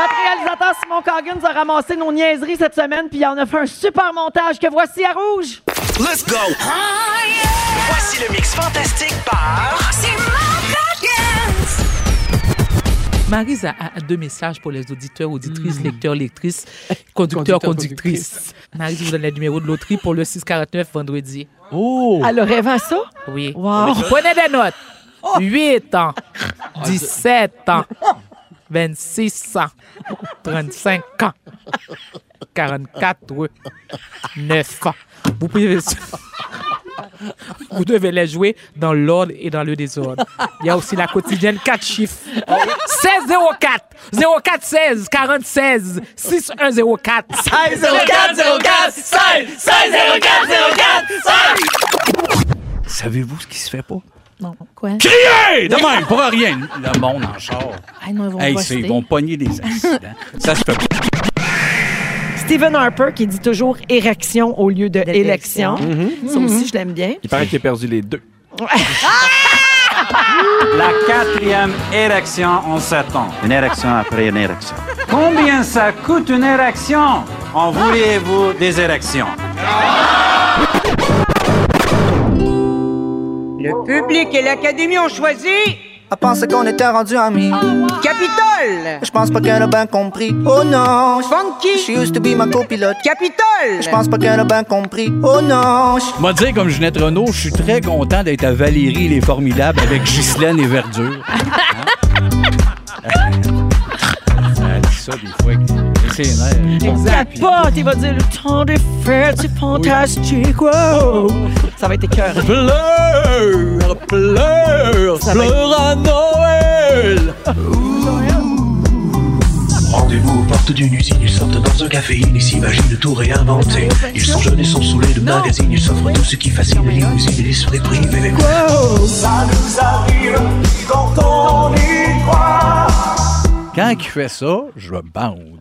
A: Notre réalisateur Simon Coggins a ramassé nos niaiseries cette semaine, puis il en a fait un super montage que voici à rouge.
K: Let's go! Voici le mix fantastique par.
L: Marise a, a- a deux messages pour les auditeurs, auditrices,
J: Mm.
L: lecteurs, lectrices, conducteurs, conductrices. Marise vous donne le numéro de loterie pour le 649 vendredi.
A: Elle a rêvé à ça?
L: Oui.
A: Wow.
L: Prenez des notes. Oh. 8 ans, 17 ans, 26 ans, 35 ans, 44 9 ans. Vous pouvez... Vous devez les jouer dans l'ordre et dans le désordre. Il y a aussi la quotidienne 4 chiffres. 16 04 04 16 46 6104 16 04 04 16 16 04 04
K: Savez-vous ce qui se fait pas?
L: Non, quoi?
K: Crier! De même, pour rien. Le monde en char.
L: Ah non, ils vont
K: Hey, c'est-
L: poster.
K: ils vont pogner des accidents. Ça se fait pas.
A: Stephen Harper qui dit toujours érection au lieu de élection.
B: Mm-hmm.
A: Ça aussi, je l'aime bien.
I: Il paraît qu'il a perdu les deux.
K: La quatrième érection en sept ans. Une érection après une érection. Combien ça coûte une érection? En voulez-vous des érections?
L: Le public et l'académie ont choisi.
K: Je pensais qu'on était rendu amis.
L: Capitole!
K: Je pense pas qu'elle a bien compris. Oh non!
L: Funky!
K: She used to be ma copilote.
L: Capitole!
K: Je pense pas qu'elle a bien compris. Oh non! Moi dire comme Ginette Renault, je suis très content d'être à Valérie les Formidables avec Ghislaine et Verdure. Hein? Elle dit ça des fois. avec- C'est nerf.
A: Exact. Pas, il va dire le temps des fêtes, c'est fantastique. wow. Ça va être écœurant.
K: Pleure, pleure, pleure à Noël. Ouh.
M: Rendez-vous aux portes d'une usine, ils sortent dans un café, ils s'imaginent de tout réinventer. Ils sont jeunes et sont saoulés de magazines, ils s'offrent tout ce qui fascine les limousines et l'esprit privé.
N: Ça nous arrive quand on y croit.
O: Quand il fait ça, je bande.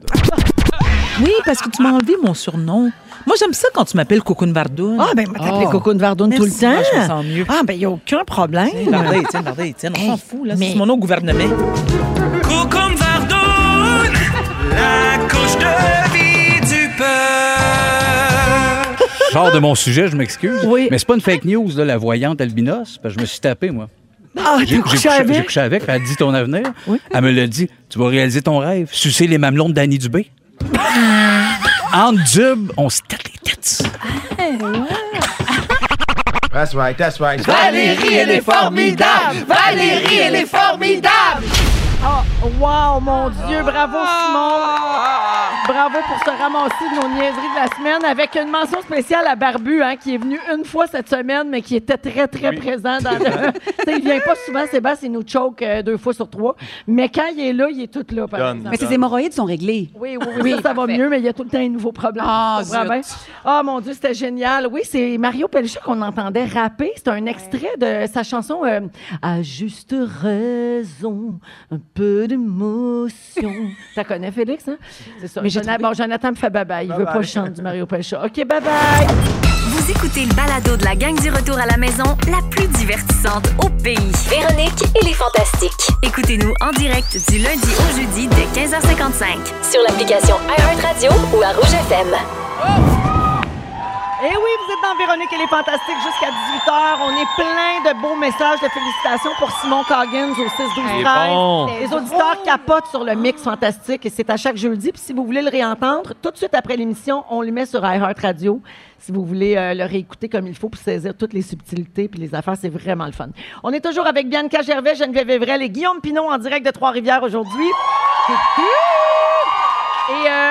P: Oui, parce que tu m'as enlevé mon surnom. Moi, j'aime ça quand tu m'appelles Cocoon Vardoune.
Q: Ah, ben, moi, t'appelais Cocoon Vardoune tout le
P: Merci,
Q: temps.
P: moi, je me sens mieux.
Q: Ah, ben, il n'y a aucun problème.
P: Tiens, Varda, Étienne, Varda, Étienne, on s'en
Q: Hey,
P: fout, là.
Q: mais-
P: C'est mon nom au gouvernement.
N: Cocoon Vardoune, la couche de vie du peuple.
O: Genre de mon sujet, je m'excuse.
N: Oui.
O: Mais c'est pas une fake news, là, la voyante albinos, parce que je me suis tapé, moi.
Q: Ah,
O: J'ai
Q: t'es
O: j'ai
Q: couché
O: couché, j'ai
Q: avec?
O: couché avec, elle dit ton avenir. Elle me l'a dit, tu vas réaliser ton rêve, sucer les mamelons de Danny Dubé. en dub, on se tête les têtes.
R: That's right, that's right.
N: Valérie, elle est formidable. Valérie, elle est formidable.
A: Ah, wow, mon Dieu, bravo Simon. Bravo pour ce ramassis de nos niaiseries de la semaine avec une mention spéciale à Barbu, hein, qui est venu une fois cette semaine, mais qui était très, très présent. Dans le... Tu sais, il vient pas souvent, Sébastien, il nous choke euh, deux fois sur trois. Mais quand il est là, il est tout là, par exemple.
C: Mais ses hémorroïdes sont réglées.
A: Oui, oui, oui, ça, ça va mieux, mais il y a tout le temps un nouveau problème.
C: Ah,
A: Tu comprends
C: zut.
A: bien? Ah, mon Dieu, c'était génial. Oui, c'est Mario Pelcha qu'on entendait rapper. C'est un extrait de sa chanson euh, À juste raison, un peu d'émotion. ça connaît Félix, hein? C'est ça.
C: Mais j'ai
A: Jonathan,
C: trouvé-
A: bon, Jonathan me fait bye-bye. Il veut
C: Bye-bye.
A: pas chanter du Mario Pelcha. OK, bye-bye.
F: Vous écoutez le balado de la gang du retour à la maison, la plus divertissante au pays. Véronique et les Fantastiques. Écoutez-nous en direct du lundi au jeudi dès 15h55 sur l'application iHeartRadio ou à Rouge FM.
A: Eh oui, vous êtes dans Véronique et les Fantastiques jusqu'à 18h. On est plein de beaux messages de félicitations pour Simon Coggins au 6 12
N: Il est
A: 13.
N: bon.
A: Les auditeurs capotent sur le mix fantastique et c'est à chaque jeudi. Puis si vous voulez le réentendre, tout de suite après l'émission, on le met sur iHeartRadio. Si vous voulez euh, le réécouter comme il faut pour saisir toutes les subtilités puis les affaires, c'est vraiment le fun. On est toujours avec Bianca Gervais, Geneviève Evrel et Guillaume Pinot en direct de Trois-Rivières aujourd'hui. Et euh,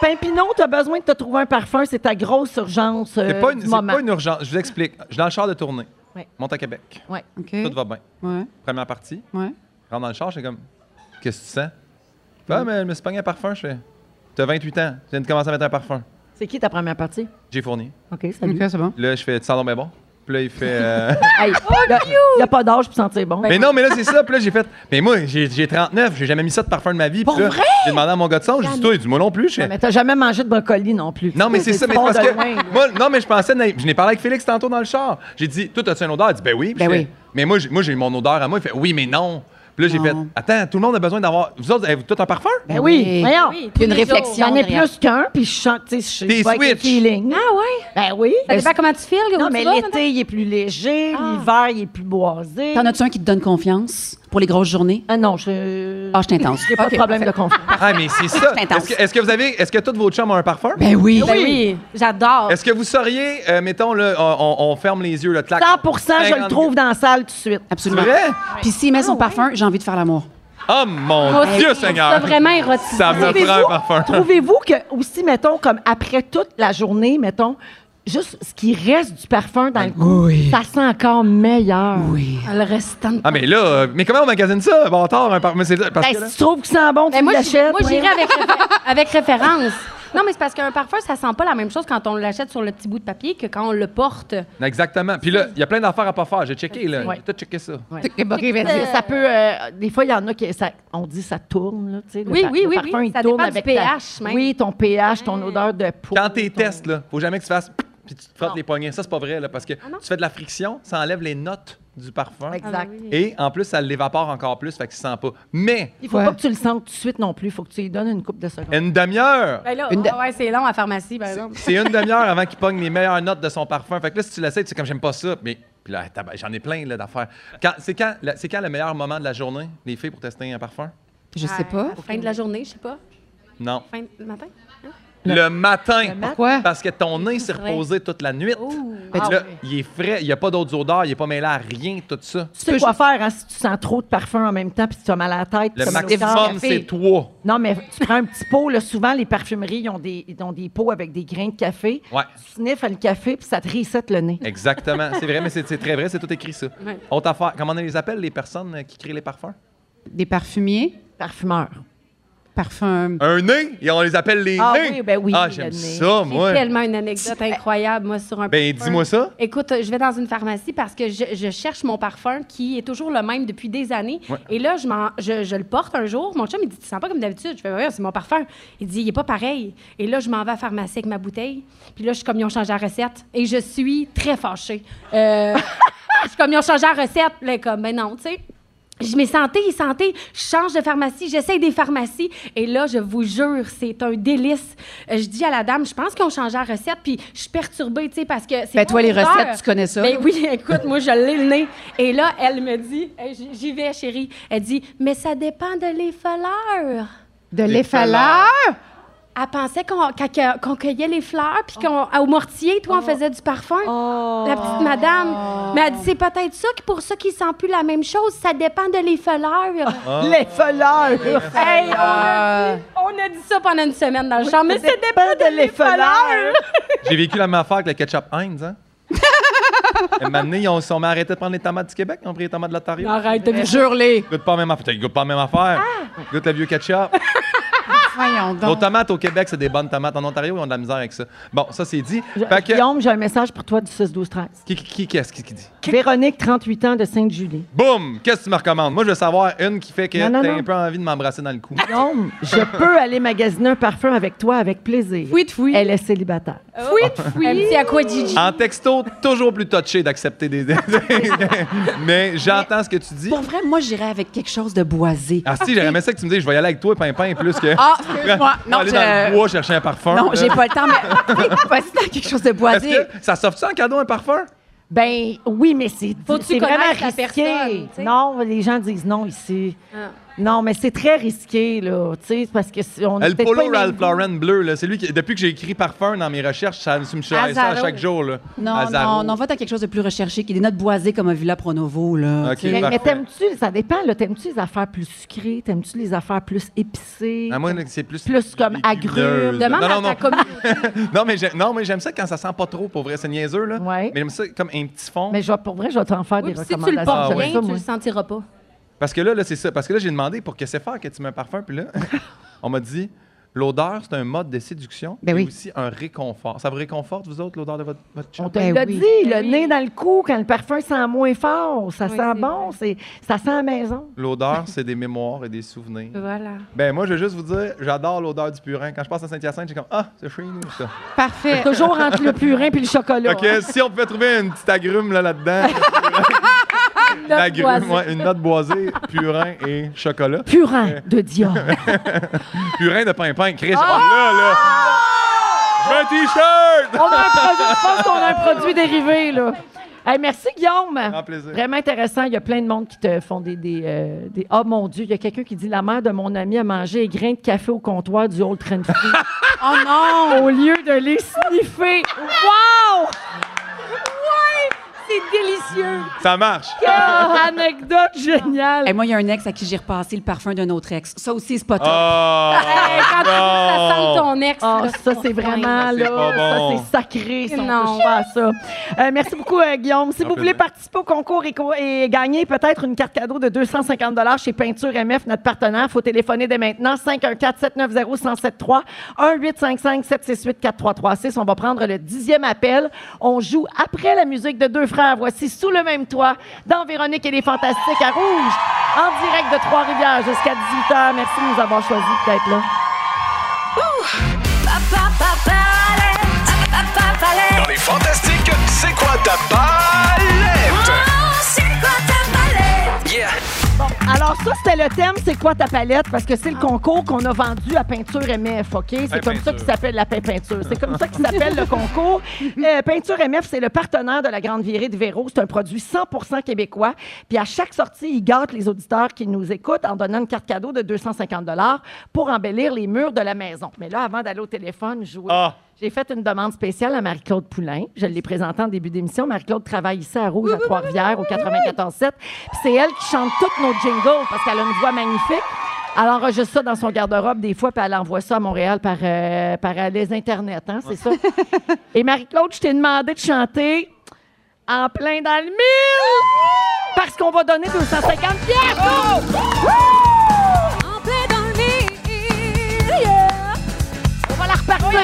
A: Pimpinon, tu as besoin de te trouver un parfum, c'est ta grosse urgence euh,
B: C'est pas, une,
A: du
B: c'est
A: moment.
B: pas une urgence. Je vous explique. Je suis dans le char de tournée.
A: Ouais.
B: Monte à Québec.
A: Ouais.
B: Tout va bien.
C: Ouais.
B: Première partie.
C: Ouais.
B: Rentre dans le char, j'ai comme. Qu'est-ce que tu sens? Ah, mais je me suis pogné un parfum. Je fais. T'as 28 ans. Tu viens de commencer à mettre un parfum.
A: C'est qui ta première partie?
B: J'ai fourni.
A: OK, salut.
C: OK, c'est bon.
B: Là, je fais. Tu sens donc bien bon? Puis là, il fait. euh,
A: Hey,
D: Oh,
A: il n'y a pas d'âge pour sentir bon.
D: Ben,
B: Mais non, mais là, c'est ça. Puis là, j'ai fait. Mais moi, j'ai j'ai 39. J'ai jamais mis ça de parfum de ma vie. Puis
A: Pour
B: là,
A: vrai?
B: J'ai demandé à mon gars de son. J'ai dit, toi, il dit, moi non plus. Je fais,
A: Non, mais t'as jamais mangé de brocoli non plus.
B: Non, mais c'est ça, mais
A: bon
B: parce
A: de
B: que.
A: loin, là.
B: moi, non, mais je pensais. naïf. Je n'ai parlé avec Félix tantôt dans le char. J'ai dit, toi, as-tu une odeur? Il dit, ben oui. Puis
A: Ben
B: je
A: oui.
B: fais, Mais moi, j'ai- moi, j'ai mon odeur à moi. Il fait, oui, mais non. Puis là, j'ai fait, attends, tout le monde a besoin d'avoir. Vous autres, avez-vous tout un parfum?
A: Ben oui, voyons.
C: Oui, tous Une les réflexion jours.
A: J'en ai
C: derrière.
A: plus qu'un, puis je chante, tu sais, je
B: T'es
A: suis pas avec le
B: switch.
A: feeling.
D: Ah ouais?
A: Ben oui.
D: Ça dépend comment tu files,
A: Non,
D: où
A: mais
D: tu vas, Ah.
A: l'été, il est plus léger, l'hiver, il est plus boisé.
C: T'en as-tu un qui te donne confiance pour les grosses journées?
A: Ah non, je.
C: Ah, je t'intense.
A: J'ai pas de problème de confiance.
B: Ah, mais c'est ça.
C: C'est intense.
B: Est-ce que, est-ce que vous avez. Est-ce que toutes vos chums ont un parfum?
C: Ben oui.
D: Ben oui, j'adore.
B: Est-ce que vous sauriez, euh, mettons, là, on, on- on ferme les yeux, le clac.
A: 100 je le
B: 50.
A: trouve dans la salle tout de suite.
C: Absolument.
B: C'est vrai?
C: Puis s'il met son parfum, j'ai envie de faire l'amour.
B: Oh mon
C: Oh,
A: Ah,
B: Dieu,
C: c'est
B: Seigneur!
C: ça, vraiment
B: érotique. Ça me
A: Trouvez-vous-
B: prend un parfum.
A: Trouvez-vous que, aussi, mettons, comme après toute la journée, mettons, juste ce qui reste du parfum dans le cou, ça sent encore meilleur. Oui. Le restant de
B: Ah, mais là, euh, mais comment on magasine ça? Bon, tard, un parfum. mais c'est- parce
A: Ben,
B: que là-
A: si tu trouves que ça sent bon,
D: Ben
A: tu
D: moi, j'irai
A: l'achètes.
D: moi, j'irais avec, réfé- avec référence. Non, mais c'est parce qu'un parfum, ça sent pas la même chose quand on l'achète sur le petit bout de papier que quand on le porte.
B: Exactement. Puis là, il y a plein d'affaires à pas faire. J'ai checké, là.
D: Ouais.
B: J'ai tout checké ça.
A: Ça peut. euh, des fois, il y en a qui. Ça, on dit ça tourne, là. tu sais, le
D: Oui,
A: par-
D: oui,
A: le
D: oui,
A: parfum,
D: oui.
A: il
D: Ça
A: tourne
D: dépend du
A: avec
D: pH
A: ta-
D: même.
A: Oui, ton pH, ton odeur de peau.
B: Quand t'es tests, là, faut jamais que tu fasses puis tu te frottes les poignets. Ça, c'est pas vrai, là, parce que tu fais de la friction, ça enlève les notes du parfum.
A: Exact. Ah oui.
B: Et en plus, ça l'évapore encore plus, fait qu'il sent pas. Mais
A: Il faut pas que tu le sentes tout de suite non plus. Il faut que tu lui donnes une coupe de secondes.
B: une demi-heure,
D: Ben là,
B: Une de-
D: ah ouais, c'est long à pharmacie, ben par exemple.
B: c'est une demi-heure avant qu'il pogne les meilleures notes de son parfum. Fait que là, si tu l'essayes, tu sais, comme j'aime pas ça, mais puis là, tabac, j'en ai plein là, d'affaires. Quand- c'est, quand, la- c'est quand le meilleur moment de la journée, les filles, pour tester un parfum?
C: Je sais
D: À
C: pas.
D: la fin de la journée, je sais pas.
B: Non.
D: Fin du matin. hein?
B: Le, matin. Oh,
C: Pourquoi?
B: Parce que ton nez s'est
D: Frais.
B: reposé toute la nuit.
D: Ben, tu-
B: Là, il est frais, il n'y a pas d'autres odeurs, il n'est pas mêlé à rien, tout ça.
A: Tu sais quoi faire hein, si tu sens trop de parfum en même temps puis tu as mal à la tête.
B: Le
A: tu as mal au cœur.
B: maximum, c'est trois.
A: Non, mais tu prends un petit pot. Là, souvent, les parfumeries ils ont, des, ils ont des pots avec des grains de café.
B: Ouais.
A: Tu sniffes le café puis ça te reset le nez.
B: Exactement. C'est vrai, mais c'est c'est très vrai, c'est tout écrit ça.
A: Ouais.
B: Autre affaire. Comment on les appelle, les personnes euh, qui créent les parfums?
C: Des parfumiers?
A: Parfumeurs.
C: parfum.
B: Un nez? Et on les appelle les
D: Ah
B: nez.
D: oui, ben oui,
B: Ah,
D: le
B: j'aime
D: nez.
B: ça,
D: J'ai
B: moi.
D: tellement une anecdote incroyable, moi, sur un
B: Ben,
D: parfum.
B: dis-moi ça.
D: Écoute, je vais dans une pharmacie parce que je, je cherche mon parfum qui est toujours le même depuis des années.
B: Ouais.
D: Et là, je, m'en- je, je le porte un jour. Mon chum, il dit Tu sens pas comme d'habitude Je fais Oui, c'est mon parfum. Il dit Il est pas pareil. Et là, je m'en vais à la pharmacie avec ma bouteille. Puis là, je suis comme Ils ont changé la recette. Et je suis très fâchée. Euh, je suis comme Ils ont changé la recette. Là, comme Ben non, tu sais. Je mets santé, santé, je change de pharmacie, j'essaye des pharmacies. Et là, je vous jure, c'est un délice. Euh, Je dis à la dame, je pense qu'on change la recette, puis je suis perturbée, tu sais, parce que c'est.
C: Ben,
D: pas
C: toi, les
D: l'odeur.
C: recettes, tu connais ça.
D: Ben oui, écoute, moi, je l'ai le nez. Et là, elle me dit, euh, j- j'y vais, chérie. Elle dit, mais ça dépend de l'effaleur.
C: De l'effaleur?
D: Elle pensait qu'on qu'à- qu'à- qu'on cueillait les fleurs, puis
C: Oh.
D: qu'au mortier, toi, on faisait du parfum. La petite madame. Mais elle dit, c'est peut-être ça, qui- pour ça qu'ils sentent plus la même chose. Ça dépend de l'effaleur.
S: Ah. L'effaleur.
D: Hey, on
A: Euh,
D: a, dit, on a dit ça pendant une semaine dans le champ, mais ça dépend de l'effaleur.
B: J'ai vécu la même affaire avec le ketchup Heinz, hein? Et maintenant, ils ont- ils sont arrêtés de prendre les tomates du Québec, ils ont pris les tomates de l'Ontario.
C: Arrête, t'as vu- jure-les.
B: Goûte pas la même affaire. Goûte pas la même affaire.
D: Ah.
B: Goûte le vieux ketchup.
C: Voyons
B: Nos
C: donc.
B: tomates au Québec, c'est des bonnes tomates. En Ontario, ils ont de la misère avec ça. Bon, ça, c'est dit. Fait que-
A: Guillaume, j'ai un message pour toi du 6-12-13.
B: Qui, qui, qui- qu'est-ce qui, qui dit?
A: Véronique, 38 ans, de Sainte-Julie.
B: Boum! Qu'est-ce que tu me recommandes? Moi, je veux savoir une qui fait que
A: Non, non,
B: t'as
A: non.
B: un peu envie de m'embrasser dans le cou.
A: Guillaume, je peux aller magasiner un parfum avec toi avec plaisir. Oui, oui. Elle est célibataire.
D: Elle me dit à quoi, Gigi?
B: En texto, toujours plus touché d'accepter des. Mais j'entends ce que tu dis.
C: Pour vrai, moi, j'irais avec quelque chose de boisé.
B: Ah si, j'aurais aimé ça que tu me dises, je vais y aller avec toi, Pimpin, plus que.
C: Ah, excuse-moi. Non,
B: aller
C: je-
B: dans le bois chercher un parfum.
C: Non, j'ai
B: là.
C: pas le temps, mais vas-y dans quelque chose de boisé.
B: Est-ce que ça s'offre ça en cadeau, un parfum?
A: Ben oui, mais c'est
D: Faut-tu
A: c'est
D: connaître
A: vraiment
D: la
A: risqué.
D: personne, tu sais?
A: non, les gens disent non ici.
D: Ah.
A: Non, mais c'est très risqué là, tu sais, parce que si- on a
B: le
A: peut-être
B: polo
A: pas aimé-
B: Ralph Lauren bleu, là, c'est lui qui, depuis que j'ai écrit parfum dans mes recherches, ça me ça à
C: Azaro.
B: chaque jour. Là.
C: Non,
B: Azaro.
C: non, non, va dans quelque chose de plus recherché, qui est des notes boisées comme un Villa Pronovo, là.
B: Ok,
C: tu sais.
A: Mais, mais
B: parfait.
A: t'aimes-tu, ça dépend, là, t'aimes-tu les affaires plus sucrées, t'aimes-tu les affaires plus épicées?
B: À moins que c'est plus.
A: Plus comme agrumes.
B: légumineuse.
A: Demande
B: Ah. non,
A: à
B: non,
A: ta
B: non. non, mais j'ai- non, mais j'aime ça quand ça sent pas trop, pour vrai. C'est niaiseux, là. Mais j'aime ça comme un petit fond.
A: Mais je vais- pour vrai, je vais t'en
C: Ah,
A: faire
D: Oui,
A: des
D: puis si
A: recommandations.
D: tu le portes
B: j'aime
D: bien,
B: ça,
D: tu
B: moi.
D: le sentiras pas.
B: Parce que là, là c'est ça. Parce que là, j'ai demandé pour que c'est faire que tu mets un parfum. Puis là, on m'a dit l'odeur, c'est un mode de séduction, mais
A: Ben oui.
B: aussi un réconfort. Ça vous réconforte, vous autres, l'odeur de votre, votre chum?
A: On te
D: Ben
A: l'a dit, le nez dans le cou, quand le parfum sent moins fort, ça sent bon, c'est, ça sent la maison.
B: L'odeur, c'est des mémoires et des souvenirs.
D: Voilà.
B: Ben moi, je veux juste vous dire, j'adore l'odeur du purin. Quand je passe à Saint-Hyacinthe, j'ai comme Ah, c'est chez nous, ça.
C: Parfait.
A: Toujours entre le purin puis le chocolat.
D: hein.
B: OK, si on pouvait trouver une petite agrume là, là-dedans. l'agrume,
A: boisée.
B: ouais, une note boisée, purin et chocolat.
A: Purin de Dior.
B: Purin de pimpin, Chris. Là, là. Je veux un t-shirt!
A: On a un produit, je pense qu'on a un produit dérivé, là. Hey, merci, Guillaume.
B: plaisir.
A: Vraiment intéressant. Il y a plein de monde qui te font des. des, euh, des- Oh mon Dieu, il y a quelqu'un qui dit La mère de mon ami a mangé des grains de café au comptoir du Old Train Free.
C: oh non!
A: Au lieu de les sniffer. Wow! Ouais! C'est délicieux!
B: Ça marche.
A: Quelle anecdote géniale!
C: Et moi, il y a un ex à qui j'ai repassé le parfum d'un autre ex. Ça aussi, c'est pas top.
B: Ah!
D: Hey, quand tu vois ça sent
B: non.
D: ton ex,
A: Ah,
D: là,
A: ça, c'est vraiment,
B: C'est
A: là,
B: pas bon.
A: ça, c'est sacré, ça, on
D: Non.
A: touche pas à ça. Euh, merci beaucoup, euh, Guillaume. Si vous voulez participer au concours et, co- et gagner peut-être une carte cadeau de 250 chez Peinture MF, notre partenaire, il faut téléphoner dès maintenant, 514-790-1073, 1-855-768-4336. On va prendre le dixième appel. On joue après la musique de Deux Frères. Voici Sous le même toit, dans Véronique et les Fantastiques à Rouge, en direct de Trois-Rivières jusqu'à 18h. Merci de nous avoir choisis d'être là.
E: Dans les fantastiques, c'est quoi ta palette?
F: Oh,
E: c'est quoi ta palette? Yeah!
A: Alors ça, c'était le thème, c'est quoi ta palette? Parce que c'est le concours qu'on a vendu à Peinture MF, OK? C'est comme
E: Pain
A: ça
E: Peinture.
A: qu'il s'appelle la Pain Peinture. C'est comme ça qu'il s'appelle le concours. Euh, Peinture MF, c'est le partenaire de la Grande Virée de Véro. C'est un produit 100 québécois. Puis à chaque sortie, ils gâtent les auditeurs qui nous écoutent en donnant une carte cadeau de 250 pour embellir les murs de la maison. Mais là, avant d'aller au téléphone, jouer...
B: Ah.
A: J'ai fait une demande spéciale à Marie-Claude Poulain. Je l'ai présentée en début d'émission. Marie-Claude travaille ici à Rouge, à Trois-Rivières, au 94.7. Puis c'est elle qui chante toutes nos jingles parce qu'elle a une voix magnifique. Elle enregistre ça dans son garde-robe des fois, puis elle envoie ça à Montréal par, euh, par euh, les Internet, hein, c'est ça? Et Marie-Claude, je t'ai demandé de chanter en plein dans le mille parce qu'on va donner 250 pièces!
T: En plein dans le nez.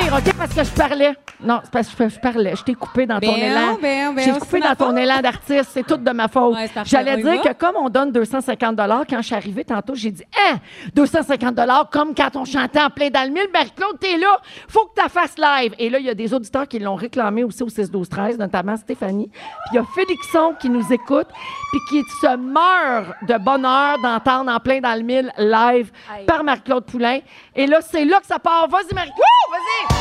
Q: dire, OK? Parce que je parlais. Non, c'est parce que je parlais. Je t'ai coupé dans ton
E: Ben,
Q: élan.
E: ben, ben,
Q: J'ai
E: c'est
Q: coupé
E: ma
Q: dans ton
E: faute.
Q: élan d'artiste. C'est tout de ma faute.
E: Ouais, c'est parfait.
Q: J'allais
E: On y
Q: dire
E: va?
Q: que comme on donne 250 quand je suis arrivée tantôt, j'ai dit, hein, 250 comme quand on chantait en plein dans le mille. Marie-Claude, t'es là. Faut que tu fasses live. Et là, il y a des auditeurs qui l'ont réclamé aussi au 6-12-13, notamment Stéphanie. Puis il y a Félixon qui nous écoute, puis qui se meurt de bonheur d'entendre en plein dans le mille live par Marie-Claude Poulain. Et là, c'est là que ça part. Vas-y, Marie-Claude, vas-y!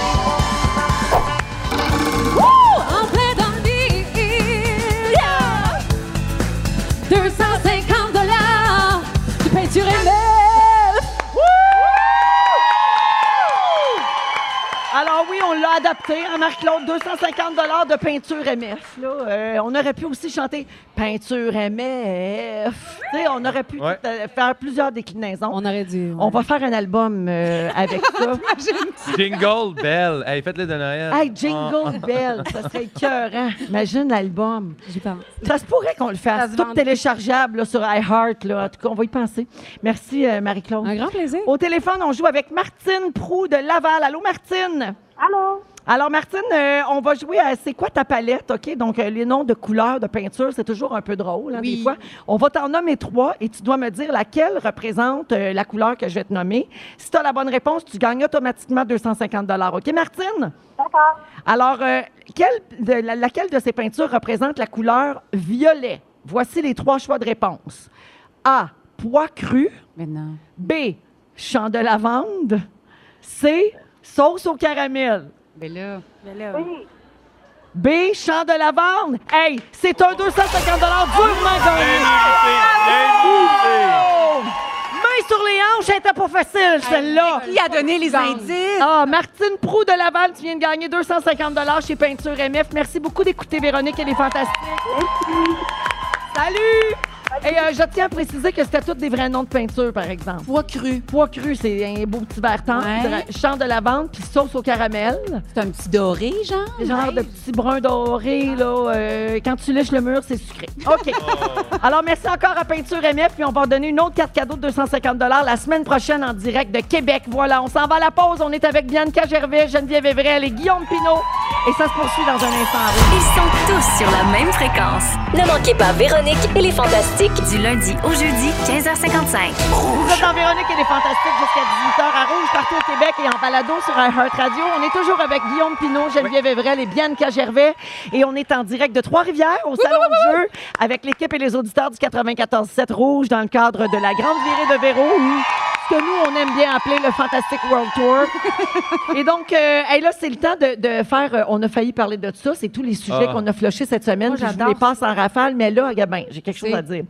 E: En plein dans le mille, yeah! 250 dollars de peinture et neuf.
A: Alors oui, on l'a adapté hein, à Marc-Claude, 250 de peinture MF. là. Euh, on aurait pu aussi chanter peinture MF. Tu sais, on aurait pu
Q: Ouais.
A: tout, euh, faire plusieurs déclinaisons. On
E: aurait dû.
A: On va faire un album euh, avec ça.
B: Jingle Bell. Hey, faites-le de Noël.
A: Hey,
B: Ah,
A: Jingle
B: ah.
A: Bell, ça serait écœurant. Imagine l'album.
E: J'y pense.
A: Ça se pourrait qu'on le
E: Ça
A: fasse.
E: se
A: Tout
E: vend.
A: téléchargeable là, sur iHeart. là. En tout cas, on va y penser. Merci, euh, Marie-Claude. Un
E: grand plaisir.
A: Au téléphone, on joue avec Martine Prou de Laval. Allô, Martine?
U: Allô?
A: Alors, Martine, euh, on va jouer à C'est quoi ta palette, OK? Donc, euh, les noms de couleurs, de peintures, c'est toujours un peu drôle, hein, des fois. On va t'en nommer trois et tu dois me dire laquelle représente euh, la couleur que je vais te nommer. Si tu as la bonne réponse, tu gagnes automatiquement 250 OK, Martine?
U: D'accord.
A: Alors, euh, quelle de- la- laquelle de ces peintures représente la couleur violet? Voici les trois choix de réponse. A. Pois cru. B. Champ de lavande. C. Sauce au caramel.
C: Mais là.
D: Mais là.
A: B. Champ de lavande. Hey, c'est un 250 durement gagné. Bravo! Main sur les hanches, elle était pas facile, celle-là.
C: Qui a donné les indices?
A: Ah, Martine Prou de Laval, tu viens de gagner 250 chez Peinture MF. Merci beaucoup d'écouter Véronique, elle est fantastique. Salut! Et euh, je tiens à préciser que c'était tous des vrais noms de peinture, par exemple. Pois cru. Pois cru, c'est un beau petit verre tendre.
C: Ouais.
A: Champ de lavande, puis sauce au caramel.
C: C'est un petit doré, genre?
A: Genre de petit brun doré, là. euh, quand tu lèches le mur, c'est sucré. OK. Alors, merci encore à Peinture MF, puis on va donner une autre carte cadeau de 250 la semaine prochaine en direct de Québec. Voilà, on s'en va à la pause. On est avec Bianca Gervais, Geneviève Evrel et Guillaume Pinault. Et ça se poursuit dans un instant.
F: Ils sont tous sur la même fréquence. Ne manquez pas Véronique et les Fantastiques du lundi au jeudi 15h55.
A: Vous êtes dans Véronique et les Fantastiques jusqu'à 18h à Rouge, partout au Québec et en balado sur iHeart Radio. On est toujours avec Guillaume Pinot, Geneviève Evrel et Bianca Gervais. Et on est en direct de Trois-Rivières au Salon de jeu avec l'équipe et les auditeurs du 94-7 Rouge dans le cadre de la grande virée de Véro. ou Ce que nous, on aime bien appeler le Fantastic World Tour. Et donc, euh, hey, là, c'est le temps de, de faire. euh, on a failli parler de ça. C'est tous les sujets
Q: Ah.
A: qu'on a flochés cette semaine.
Q: Moi,
A: puis je vous
Q: j'adore
A: les passe en rafale. Mais là, regarde bien, j'ai quelque chose
Q: C'est-
A: à dire.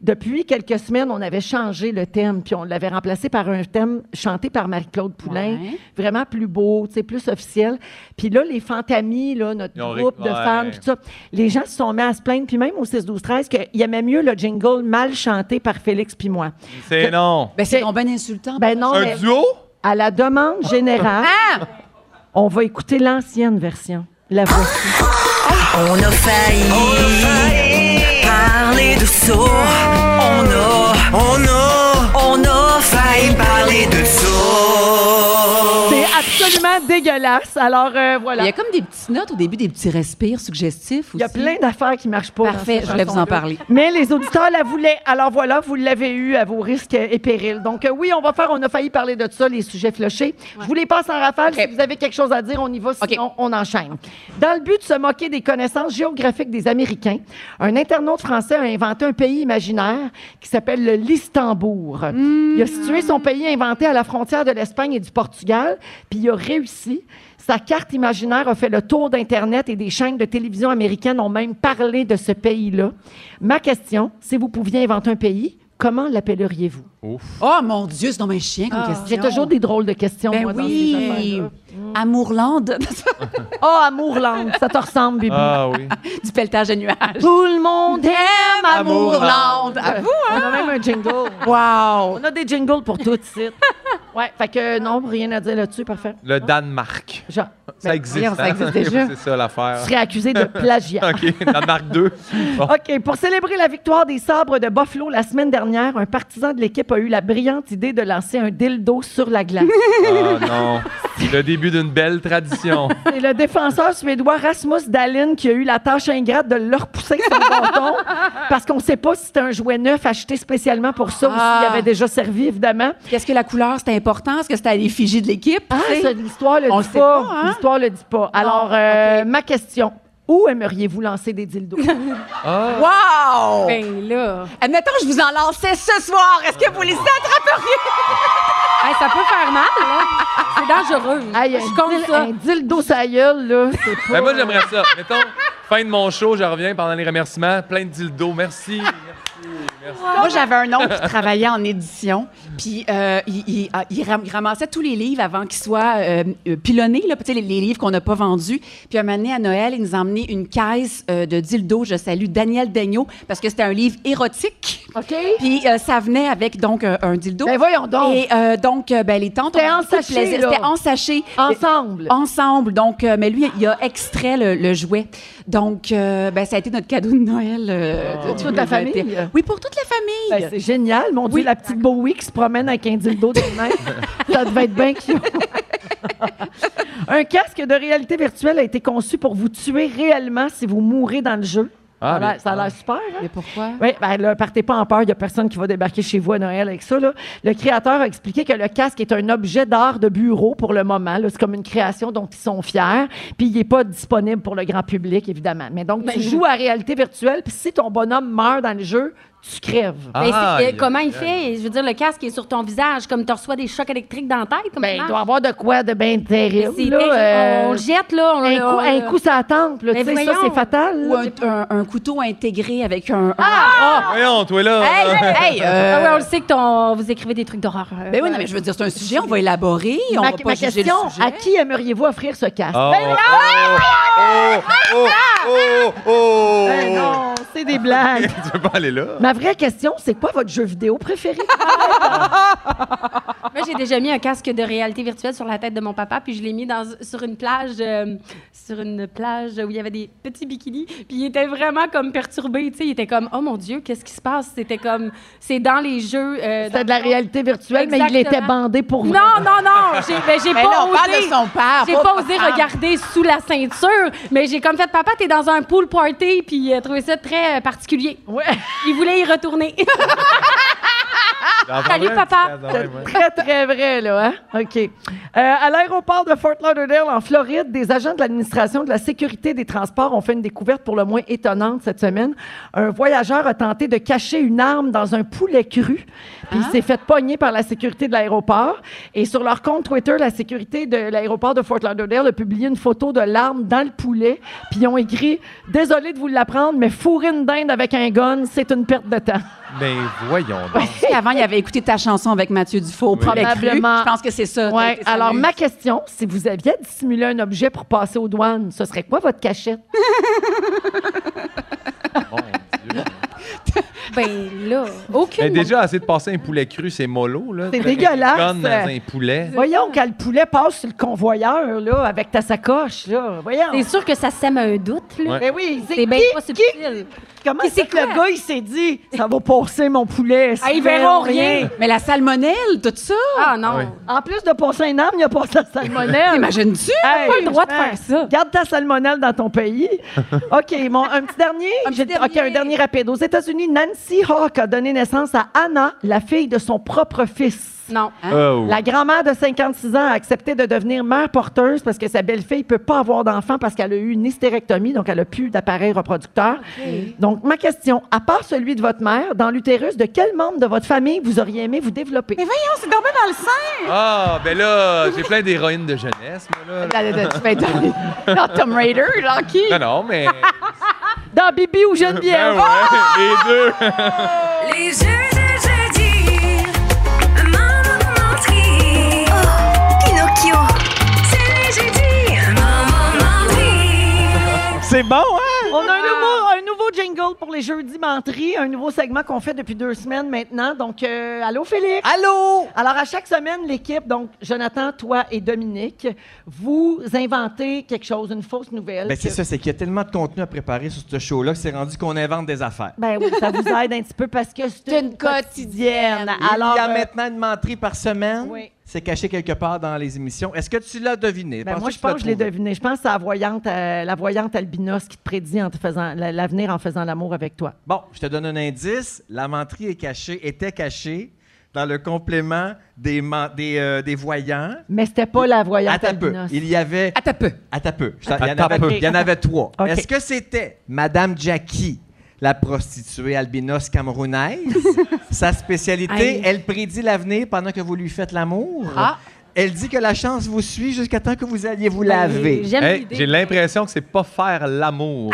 A: Depuis quelques semaines, on avait changé le thème, puis on l'avait remplacé par un thème chanté par Marie-Claude Poulain, vraiment plus beau, tu sais, plus officiel. Puis là, les fantamis, là, notre
Q: Ils ont
A: groupe
Q: ré-
A: de
Q: ouais.
A: femmes, puis tout ça, les gens se sont mis à se plaindre, puis même au 6-12-13, qu'ils aimaient mieux le jingle mal chanté par Félix puis moi.
B: C'est non.
A: Ben, c'est donc bien insultant. Ben non,
B: Un
A: mais
B: duo?
A: À la demande générale,
C: Ah!
A: on va écouter l'ancienne version. La voici.
V: On a failli, parler de ça. On a, on a, on a failli parler de ça.
A: C'est absolument dégueulasse. Alors, euh, voilà.
C: Oh! Il y a comme des petites notes au début, des petits respires suggestifs aussi. Il
A: y a plein d'affaires qui marchent pas.
C: Parfait,
A: dans cette
C: je voulais vous en
A: chanson-là.
C: parler.
A: Mais les auditeurs la voulaient. Alors voilà, vous l'avez eu à vos risques et périls. Donc euh, oui, on va faire, on a failli parler de ça, les sujets flochés. Je vous les passe en rafale. Si vous avez quelque chose à dire, on y va, sinon on enchaîne. Dans le but de se moquer des connaissances géographiques des Américains, un internaute français a inventé un pays imaginaire qui s'appelle le Listembourg. Il a situé son pays inventé à la frontière de l'Espagne et du Portugal, puis il a réussi. Sa carte imaginaire a fait le tour d'Internet et des chaînes de télévision américaines ont même parlé de ce pays-là. Ma question, si vous pouviez inventer un pays, comment l'appelleriez-vous?
C: Oh mon Dieu, c'est dans mes chiens comme question.
A: J'ai toujours des drôles de questions.
C: Ben
A: moi, dans ces
C: oui.
A: affaires-là. Mm.
C: Amourlande.
A: Ah, Amourlande, ça te ressemble, Bibi.
C: Ah
B: oui.
C: du pelletage de nuages.
A: Tout le monde aime Amourlande.
C: Amourlande. À vous,
A: On a même un jingle. Wow. On a des jingles pour tout de suite. Ouais, fait que non, rien à dire là-dessus, parfait.
B: Le Danemark.
A: Genre,
B: Ça
A: ben,
B: existe.
A: voyons, ça
B: hein?
A: existe déjà.
B: C'est ça l'affaire.
A: Tu serais accusé de plagiat.
B: OK, Danemark 2. Bon.
A: OK, pour célébrer la victoire des sabres de Buffalo la semaine dernière, un partisan de l'équipe a eu la brillante idée de lancer un dildo sur la glace.
B: Ah non. C'est le début d'une belle tradition.
A: C'est le défenseur suédois Rasmus Dahlin qui a eu la tâche ingrate de le repousser avec son bâton parce qu'on ne sait pas si c'était un jouet neuf acheté spécialement pour ça ou s'il
C: Ah.
A: avait déjà servi, évidemment.
C: Qu'est-ce que la couleur, c'est important? Est-ce que c'était à l'effigie de l'équipe?
A: Ah,
C: tu sais?
A: ça, l'histoire le
C: On
A: dit
C: sait
A: pas.
C: pas, hein?
A: L'histoire le dit pas. Alors, euh, ma question. Où aimeriez-vous lancer des dildos?
C: Wow!
D: Ben là.
C: Admettons, je vous en lançais ce soir. Est-ce que vous les attraperiez?
D: ça peut faire mal, C'est dangereux. Je
A: Aïe, un
D: compte
A: dil-
D: ça. Ben,
A: Un dildo sa gueule, là, c'est pas...
B: Ben, moi, j'aimerais ça. Mettons, fin de mon show, je reviens pendant les remerciements, plein de dildos. Merci.
C: Moi, j'avais un oncle qui travaillait en édition, puis euh, il, il- ah, il ram- ramassait tous les livres avant qu'ils soient euh, euh, pilonnés, là, tu sais, les, les livres qu'on n'a pas vendus. Puis un moment donné, à Noël, il nous a emmené une caisse euh, de dildo. Je salue Daniel Daigneault, parce que c'était un livre érotique.
A: OK.
C: Puis euh, ça venait avec, donc, euh, un dildo. Ben
A: voyons donc.
C: Et euh, donc, euh, ben, les tantes...
A: C'était
C: ont
A: en
C: beaucoup de
A: sachet,
C: plaisir.
A: là.
C: C'était en sachet.
A: Ensemble.
C: Ensemble. Donc, euh, mais lui, il a extrait le, le jouet. Donc, euh, ben, ça a été notre cadeau de Noël. euh, de
A: Pour toute la
C: 2021.
A: famille.
C: Oui, pour toute la famille.
A: Ben, c'est génial, mon Dieu, la petite Bowie qui se promène avec un dildo dans les mains. Ça devait être bien cute. un casque de réalité virtuelle a été conçu pour vous tuer réellement si vous mourrez dans le jeu.
E: Ah,
A: Ça a l'air-
E: mais-
A: ça a l'air super. hein?
C: Mais pourquoi?
A: Oui, ben là, partez pas en peur, il n'y a personne qui va débarquer chez vous à Noël avec ça. là. Le créateur a expliqué que le casque est un objet d'art de bureau pour le moment. là. C'est comme une création dont ils sont fiers. Puis il n'est pas disponible pour le grand public, évidemment. Mais donc, tu
D: Ben-
A: joues à réalité virtuelle, puis si ton bonhomme meurt dans le jeu, tu crèves.
D: Ben, c'est- euh, comment il fait? Je veux dire, le casque est sur ton visage, comme tu reçois des chocs électriques dans la tête. Comment
A: Ben, il doit avoir de quoi de bien terrible.
D: C'est
A: là,
D: terrible.
A: euh,
D: On le jette, là. On, euh,
A: un coup- un coup sur la tempe, là, tu sais, ça, c'est fatal,
C: Ou
A: là. Ah!
C: un, un- un couteau intégré avec un. un-
B: Voyons, toi là.
C: Hey, hey, euh,
D: Ah ouais, on le sait que ton- vous écrivez des trucs d'horreur. euh,
C: Ben oui, non, mais je veux dire, c'est un sujet, on va élaborer, on
A: ma
C: va pas
A: ma
C: juger
A: question,
C: le sujet.
A: à qui aimeriez-vous offrir ce casque?
B: Ah,
C: Oh,
A: Ben non!
B: Oh, oh, oh, oh.
A: Ben non, c'est des blagues.
B: tu veux pas aller là?
A: Ma vraie question, c'est quoi votre jeu vidéo préféré?
D: Moi, j'ai déjà mis un casque de réalité virtuelle sur la tête de mon papa, puis je l'ai mis dans, sur une plage, euh, sur une plage où il y avait des petits bikinis, puis il était vraiment comme perturbé, tu sais, il était comme oh mon dieu, qu'est-ce qui se passe C'était comme c'est dans les jeux. euh,
A: C'était
D: dans-
A: de la réalité virtuelle, mais il
D: Exactement.
A: était bandé pour vrai.
D: Non, non, non, j'ai ben, j'ai
A: Mais
D: pas
A: là, on
D: osé.
A: parle de son père,
D: J'ai
A: pas
D: pas,
A: de
D: osé
A: femme.
D: regarder sous la ceinture, mais j'ai comme fait papa, t'es dans un pool party, puis il a trouvé ça très euh, particulier. Il voulait y retourner. Salut, papa.
A: Très, très vrai, là, hein? OK. Euh, à l'aéroport de Fort Lauderdale, en Floride, des agents de l'administration de la sécurité des transports ont fait une découverte pour le moins étonnante cette semaine. Un voyageur a tenté de cacher une arme dans un poulet cru, puis il s'est fait pogner par la sécurité de l'aéroport. Et sur leur compte Twitter, la sécurité de l'aéroport de Fort Lauderdale a publié une photo de l'arme dans le poulet, puis ils ont écrit « Désolé de vous l'apprendre, mais fourrer une dinde avec un gun, c'est une perte de temps. »
B: Mais Ben, voyons donc.
C: Tu sais, Avant, il avait écouté ta chanson avec Mathieu Dufault,
B: Oui.
C: probablement.
A: Probablement.
C: Je pense que c'est ça.
A: Ouais.
C: T'as- t'as-
A: Alors, ma question, si vous aviez à dissimuler un objet pour passer aux douanes, ce serait quoi votre cachette?
D: ben là, aucune.
B: Mais déjà, essayer de passer un poulet cru, c'est mollo, là.
A: C'est
B: T'as une
A: dégueulasse.
B: gonne dans un poulet.
A: Voyons, quand le poulet passe sur le convoyeur, là, avec ta sacoche, là. Voyons.
D: C'est sûr que ça sème un doute, là.
B: Ouais.
A: Ben oui, c'est
D: C'est bien
A: qui-
D: pas subtil.
A: Comment
D: Qui
A: c'est
D: c'est
A: que le
D: quoi?
A: gars, il s'est dit, ça va passer mon poulet.
D: Ah, ils
A: super,
D: verront rien.
C: Mais la salmonelle, tout ça.
D: Ah non.
B: Oui.
A: En plus de passer un arme, il a passé la salmonelle.
C: Imagines-tu?
A: Hey,
D: pas le droit de faire
A: ça. Garde ta salmonelle dans ton pays. OK, mon, un petit dernier. J'ai- OK, un dernier rapide. Aux États-Unis, Nancy Hawke a donné naissance à Anna, la fille de son propre fils.
D: Non.
B: Oh.
A: La grand-mère de 56 ans a accepté de devenir mère porteuse parce que sa belle-fille ne peut pas avoir d'enfant parce qu'elle a eu une hystérectomie, donc elle n'a plus d'appareil reproducteur. Donc, ma question, à part celui de votre mère, dans l'utérus, de quel membre de votre famille vous auriez aimé vous développer?
C: Mais voyons, c'est tombé dans le sein.
B: Ah, ben là, j'ai plein d'héroïnes de jeunesse, moi, là.
C: Tu vas être dans Tom Raider, là, qui?
B: Non, non, mais.
A: Dans Bibi ou
B: Ben
A: Geneviève?
B: ouais, les deux.
E: Les jeux de jeudi, maman m'entrie. Oh, Pinocchio. C'est les jeudis, maman m'entrie.
W: C'est bon, hein?
U: Ah.
A: On a un nouveau, un nouveau jingle drôle pour les jeudis menteries, un nouveau segment qu'on fait depuis deux semaines maintenant. Donc, euh, allô Félix?
U: Allô?
A: Alors, à chaque semaine, l'équipe, donc Jonathan, toi et Dominique, vous inventez quelque chose, une fausse nouvelle.
U: Ben, c'est
A: que-
U: ça, c'est qu'il y a tellement de contenu à préparer sur ce show-là que c'est rendu qu'on invente des affaires.
A: Ben oui, ça vous aide un petit peu parce que c'est une quotidienne. Alors,
U: il y a
A: euh,
U: maintenant une menterie par semaine.
A: Oui.
U: C'est caché quelque part dans les émissions. Est-ce que tu l'as deviné?
A: ben,
U: Penses-tu
A: moi, je
U: tu l'as
A: pense que je l'ai
U: trouvé?
A: deviné. Je pense que c'est la voyante, euh, la voyante albinos qui te prédit en te faisant la- l'avenir en faisant l'amour avec toi.
U: Bon, je te donne un indice. La menterie est cachée, était cachée dans le complément des, men- des, euh, des voyants.
A: Mais c'était pas la voyante
U: Attends un peu.
A: albinos.
U: Il y avait.
A: Attends peu.
U: Attends peu. Je t'en-
A: Attends
U: Il y en avait,
A: peu.
U: il y en avait trois.
A: Ok.
U: Est-ce que c'était Madame Jackie, la prostituée albinos camerounaise? Sa spécialité,
A: Aïe.
U: elle prédit l'avenir pendant que vous lui faites l'amour.
A: Ah.
U: Elle dit que la chance vous suit jusqu'à temps que vous alliez vous laver.
B: Hey, J'ai l'impression que c'est pas faire l'amour.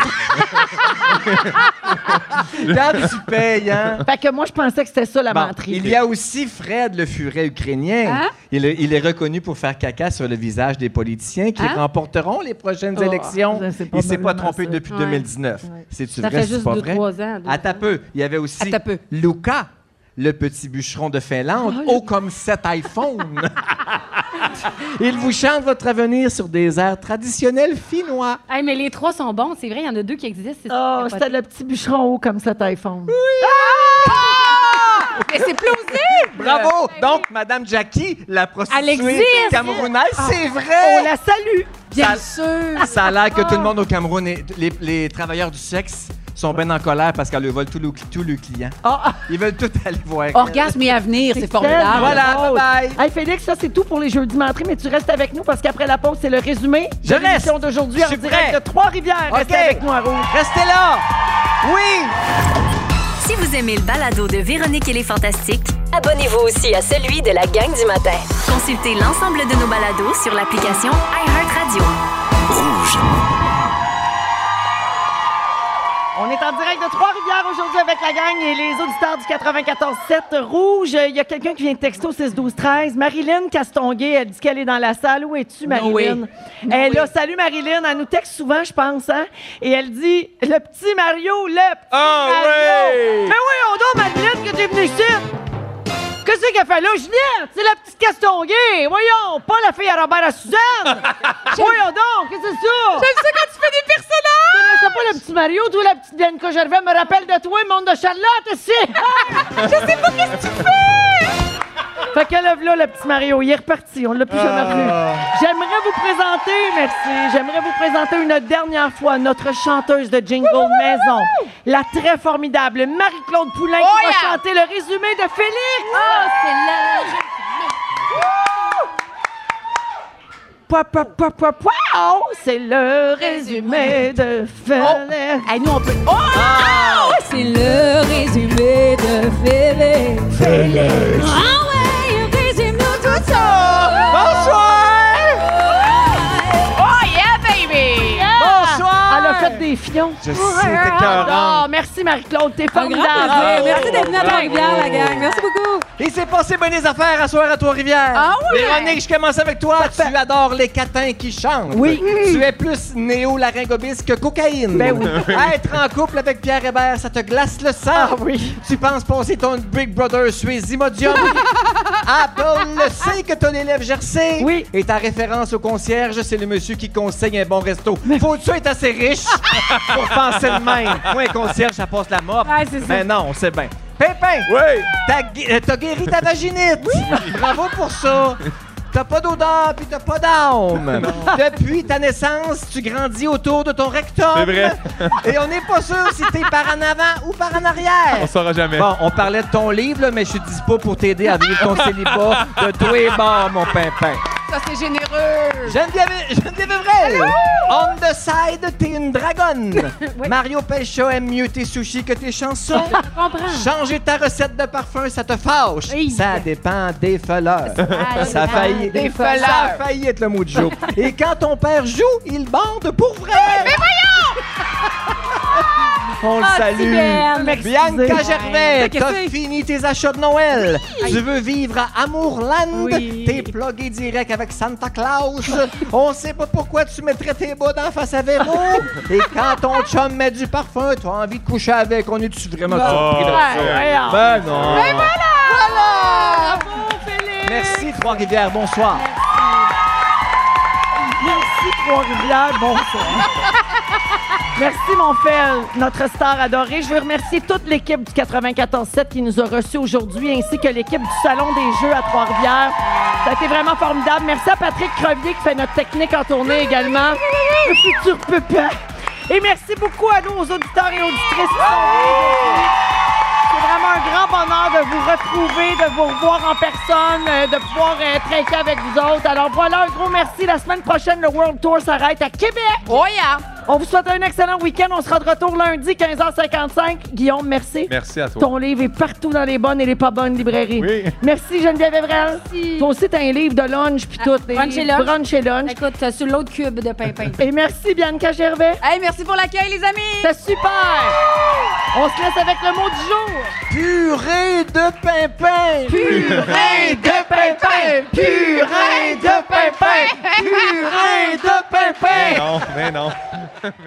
U: Dame, tu payes, hein?
A: Fait que moi, je pensais que c'était ça la
U: Bon,
A: menterie.
U: Bah, il y a aussi Fred le furet ukrainien.
A: Hein?
U: Il, est- il est reconnu pour faire caca sur le visage des politiciens qui
A: Hein?
U: remporteront les prochaines
A: Oh,
U: élections.
A: ça, c'est
U: Il ne s'est pas
A: probablement
U: trompé
A: ça.
U: depuis
A: Ouais.
U: 2019. C'est-tu
D: Ça
U: vrai,
D: fait
U: c'est
D: juste
U: pas
D: deux,
U: vrai? Ah,
D: trois ans. deux.
U: Attends peu. Il y avait aussi Luca, le petit bûcheron de Finlande, haut comme cet iPhone. il vous chante votre avenir sur des airs traditionnels finnois.
D: Hey, mais les trois sont bons, c'est vrai, il y en a deux qui existent.
A: Oh, c'était le petit bûcheron haut comme ça, iPhone. Oui!
D: Mais c'est plausible!
U: Bravo! Donc, Madame Jackie, la prostituée
D: Elle existe!
U: camerounaise,
D: Ah.
U: c'est vrai!
A: On Oh, la salue!
U: Bien
A: sûr!
U: Ça a l'air que
D: Ah.
U: tout le monde au Cameroun, est- les, les travailleurs du sexe, sont bien en colère parce qu'elles leur volent tout le, tout le client.
A: Ah,
U: Ils veulent tout aller voir.
C: Orgasme et avenir, c'est formidable.
U: Voilà,
A: bye bye! Hey Félix, ça c'est tout pour les jeudis mentrés, mais tu restes avec nous parce qu'après la pause, c'est le résumé
U: Je
A: de
U: reste.
A: l'émission d'aujourd'hui
U: Je
A: en
U: suis
A: direct
U: prêt.
A: de Trois-Rivières. Restez
U: OK.
A: avec nous à Rouge.
U: Restez là! Oui!
F: Si vous aimez le balado de Véronique et les Fantastiques,
G: Abonnez-vous aussi à celui de la gang du matin.
F: consultez l'ensemble de nos balados sur l'application iHeartRadio.
A: On est en direct de Trois-Rivières aujourd'hui avec la gang et les auditeurs du 94-7 Rouge. Il y a quelqu'un qui vient de texto 6-12-13. Marilyn Castonguay, elle dit qu'elle est dans la salle. Où es-tu, Marilyn?
C: way.
A: elle a salut Marilyn. Elle nous texte souvent, je pense. Hein? Et elle dit le petit Mario, le petit Mario. Mais oui, on doit, Marilyn, que t'es venue ici. Qu'est-ce qu'elle fait là, Juliette? C'est la petite Castonguay. Voyons, pas la fille à Robert à Suzanne. Voyons donc, qu'est-ce que c'est ça?
E: J'aime ça quand tu fais des personnages!
A: Tu connaissais pas le petit Mario, toi, la petite Bianca Gervais, me rappelle de toi, monde de Charlotte, ici! Je sais pas qu'est-ce que tu fais! Fait que le là, le petit Mario, il est reparti, on l'a plus jamais revu. J'aimerais vous présenter, merci, j'aimerais vous présenter une dernière fois notre chanteuse de Jingle Maison, la très formidable Marie-Claude Poulain
E: Oh
A: qui
E: yeah!
A: va chanter le résumé de Félix!
D: Ah,
E: c'est là!
A: Pouah, pouah, pouah, pouah, pouah. Oh, c'est le résumé de Félix. nous, on peut...
E: C'est le résumé de Félix. Félix. Ah ouais, résume-nous tout ça.
U: Bonsoir.
E: Oh yeah, baby.
A: Bonsoir! Elle a fait des fions.
E: Je sais, t'es écœurante.
A: Non, merci Marie-Claude, t'es
E: Un grand
A: formidable.
B: Ah,
E: plaisir. Ah, Merci d'être venu à Trois-Rivières, la gang. Merci
A: beaucoup.
U: Il s'est passé bonnes affaires à soir à Trois-Rivières.
E: Ah ouais?
U: Véronique, je commence avec toi. Tu adores les catins qui chantent.
E: Oui.
U: Tu es plus néo-laryngobiste que cocaïne.
E: Ben oui.
U: Être en couple avec Pierre Hébert, ça te glace le sang.
E: Ah
U: oui. Tu penses passer ton Big Brother Suisse Imodium. Apple le sait que ton élève gercé. Oui. Et ta référence au concierge, c'est le monsieur qui conseille un bon resto. Faut-tu être assez riche pour penser de même? Moi, un concierge, ça passe la mort.
E: Ouais, c'est ça.
U: Mais non, on sait bien. Pépin! Oui! T'as gui- euh, t'as guéri ta vaginite! Bravo pour ça! T'as pas d'odeur puis t'as pas d'âme! Depuis ta naissance, tu grandis autour de ton rectum!
B: C'est vrai.
U: Et on n'est pas sûr si t'es par en avant ou par en arrière!
B: On saura jamais.
U: Bon, on parlait de ton livre, là, mais je suis dispo pour t'aider à vivre ton célibat de tous les bords, mon pimpin.
C: Ça, c'est généreux.
U: Geneviève, Geneviève Evrel! On the side, t'es une dragonne! Mario Pelcha aime mieux tes sushis que tes chansons.
D: Ah.
U: Changer ta recette de parfum, ça te fâche. Ça dépend des fleurs. Ça a
E: dépend
U: failli.
E: des
U: Ça
E: fleurs.
U: a failli être le mot du jour. Et quand ton père joue, il bande pour vrai!
E: Mais voyons!
U: On le
A: Ah,
U: salue.
A: Tibène, excusez.
U: Bianca
A: Ouais.
U: Gervais,
A: Fait que
U: t'as
A: c'est-
U: fini tes achats de Noël. Tu veux vivre à Amourland? T'es plugué direct avec Santa Claus. On sait pas pourquoi tu mettrais tes bas d'en face à Véro. Et quand ton chum met du parfum, t'as envie de coucher avec. On est-tu vraiment
B: Oh,
E: Ben,
U: surpris de
E: ouais,
A: hein.
U: ça?
E: ouais.
U: Ben non.
E: Ben voilà!
U: Voilà! Merci, Trois-Rivières. Bonsoir.
D: Merci Trois-Rivières, bonsoir.
A: Merci, mon fel, notre star adorée. Je veux remercier toute l'équipe du 94-7 qui nous a reçus aujourd'hui, ainsi que l'équipe du Salon des Jeux à Trois-Rivières. Ça a été vraiment formidable. Merci à Patrick Crevier qui fait notre technique en tournée également. Le futur pépin. Et merci beaucoup à nous, aux auditeurs et auditrices. qui sont venus.
D: C'est vraiment un grand bonheur de vous retrouver, de vous revoir en personne, euh, de pouvoir euh, trinquer avec vous autres. Alors voilà, un gros merci. La semaine prochaine, le World Tour s'arrête à Québec.
A: Oh yeah! On vous souhaite un excellent week-end. On sera de retour lundi, 15h55. Guillaume, merci.
B: Merci à toi.
A: Ton livre est partout dans les bonnes et les pas bonnes librairies.
B: Oui.
A: Merci Geneviève Evrel. Ton aussi, t'as un livre de lunch puis tout. des
X: Ah, brunch et
A: livres
X: lunch.
A: Brunch et lunch.
X: Écoute, euh, sur l'autre cube de Pimpin.
A: Et merci Bianca Gervais.
X: Hey, merci pour l'accueil, les amis.
A: C'est super. On se laisse avec le mot du jour.
U: Purée de pimpin!
E: Purée de pimpin! Purée de pimpin! Purée
U: de pimpin!
B: Mais non, mais non.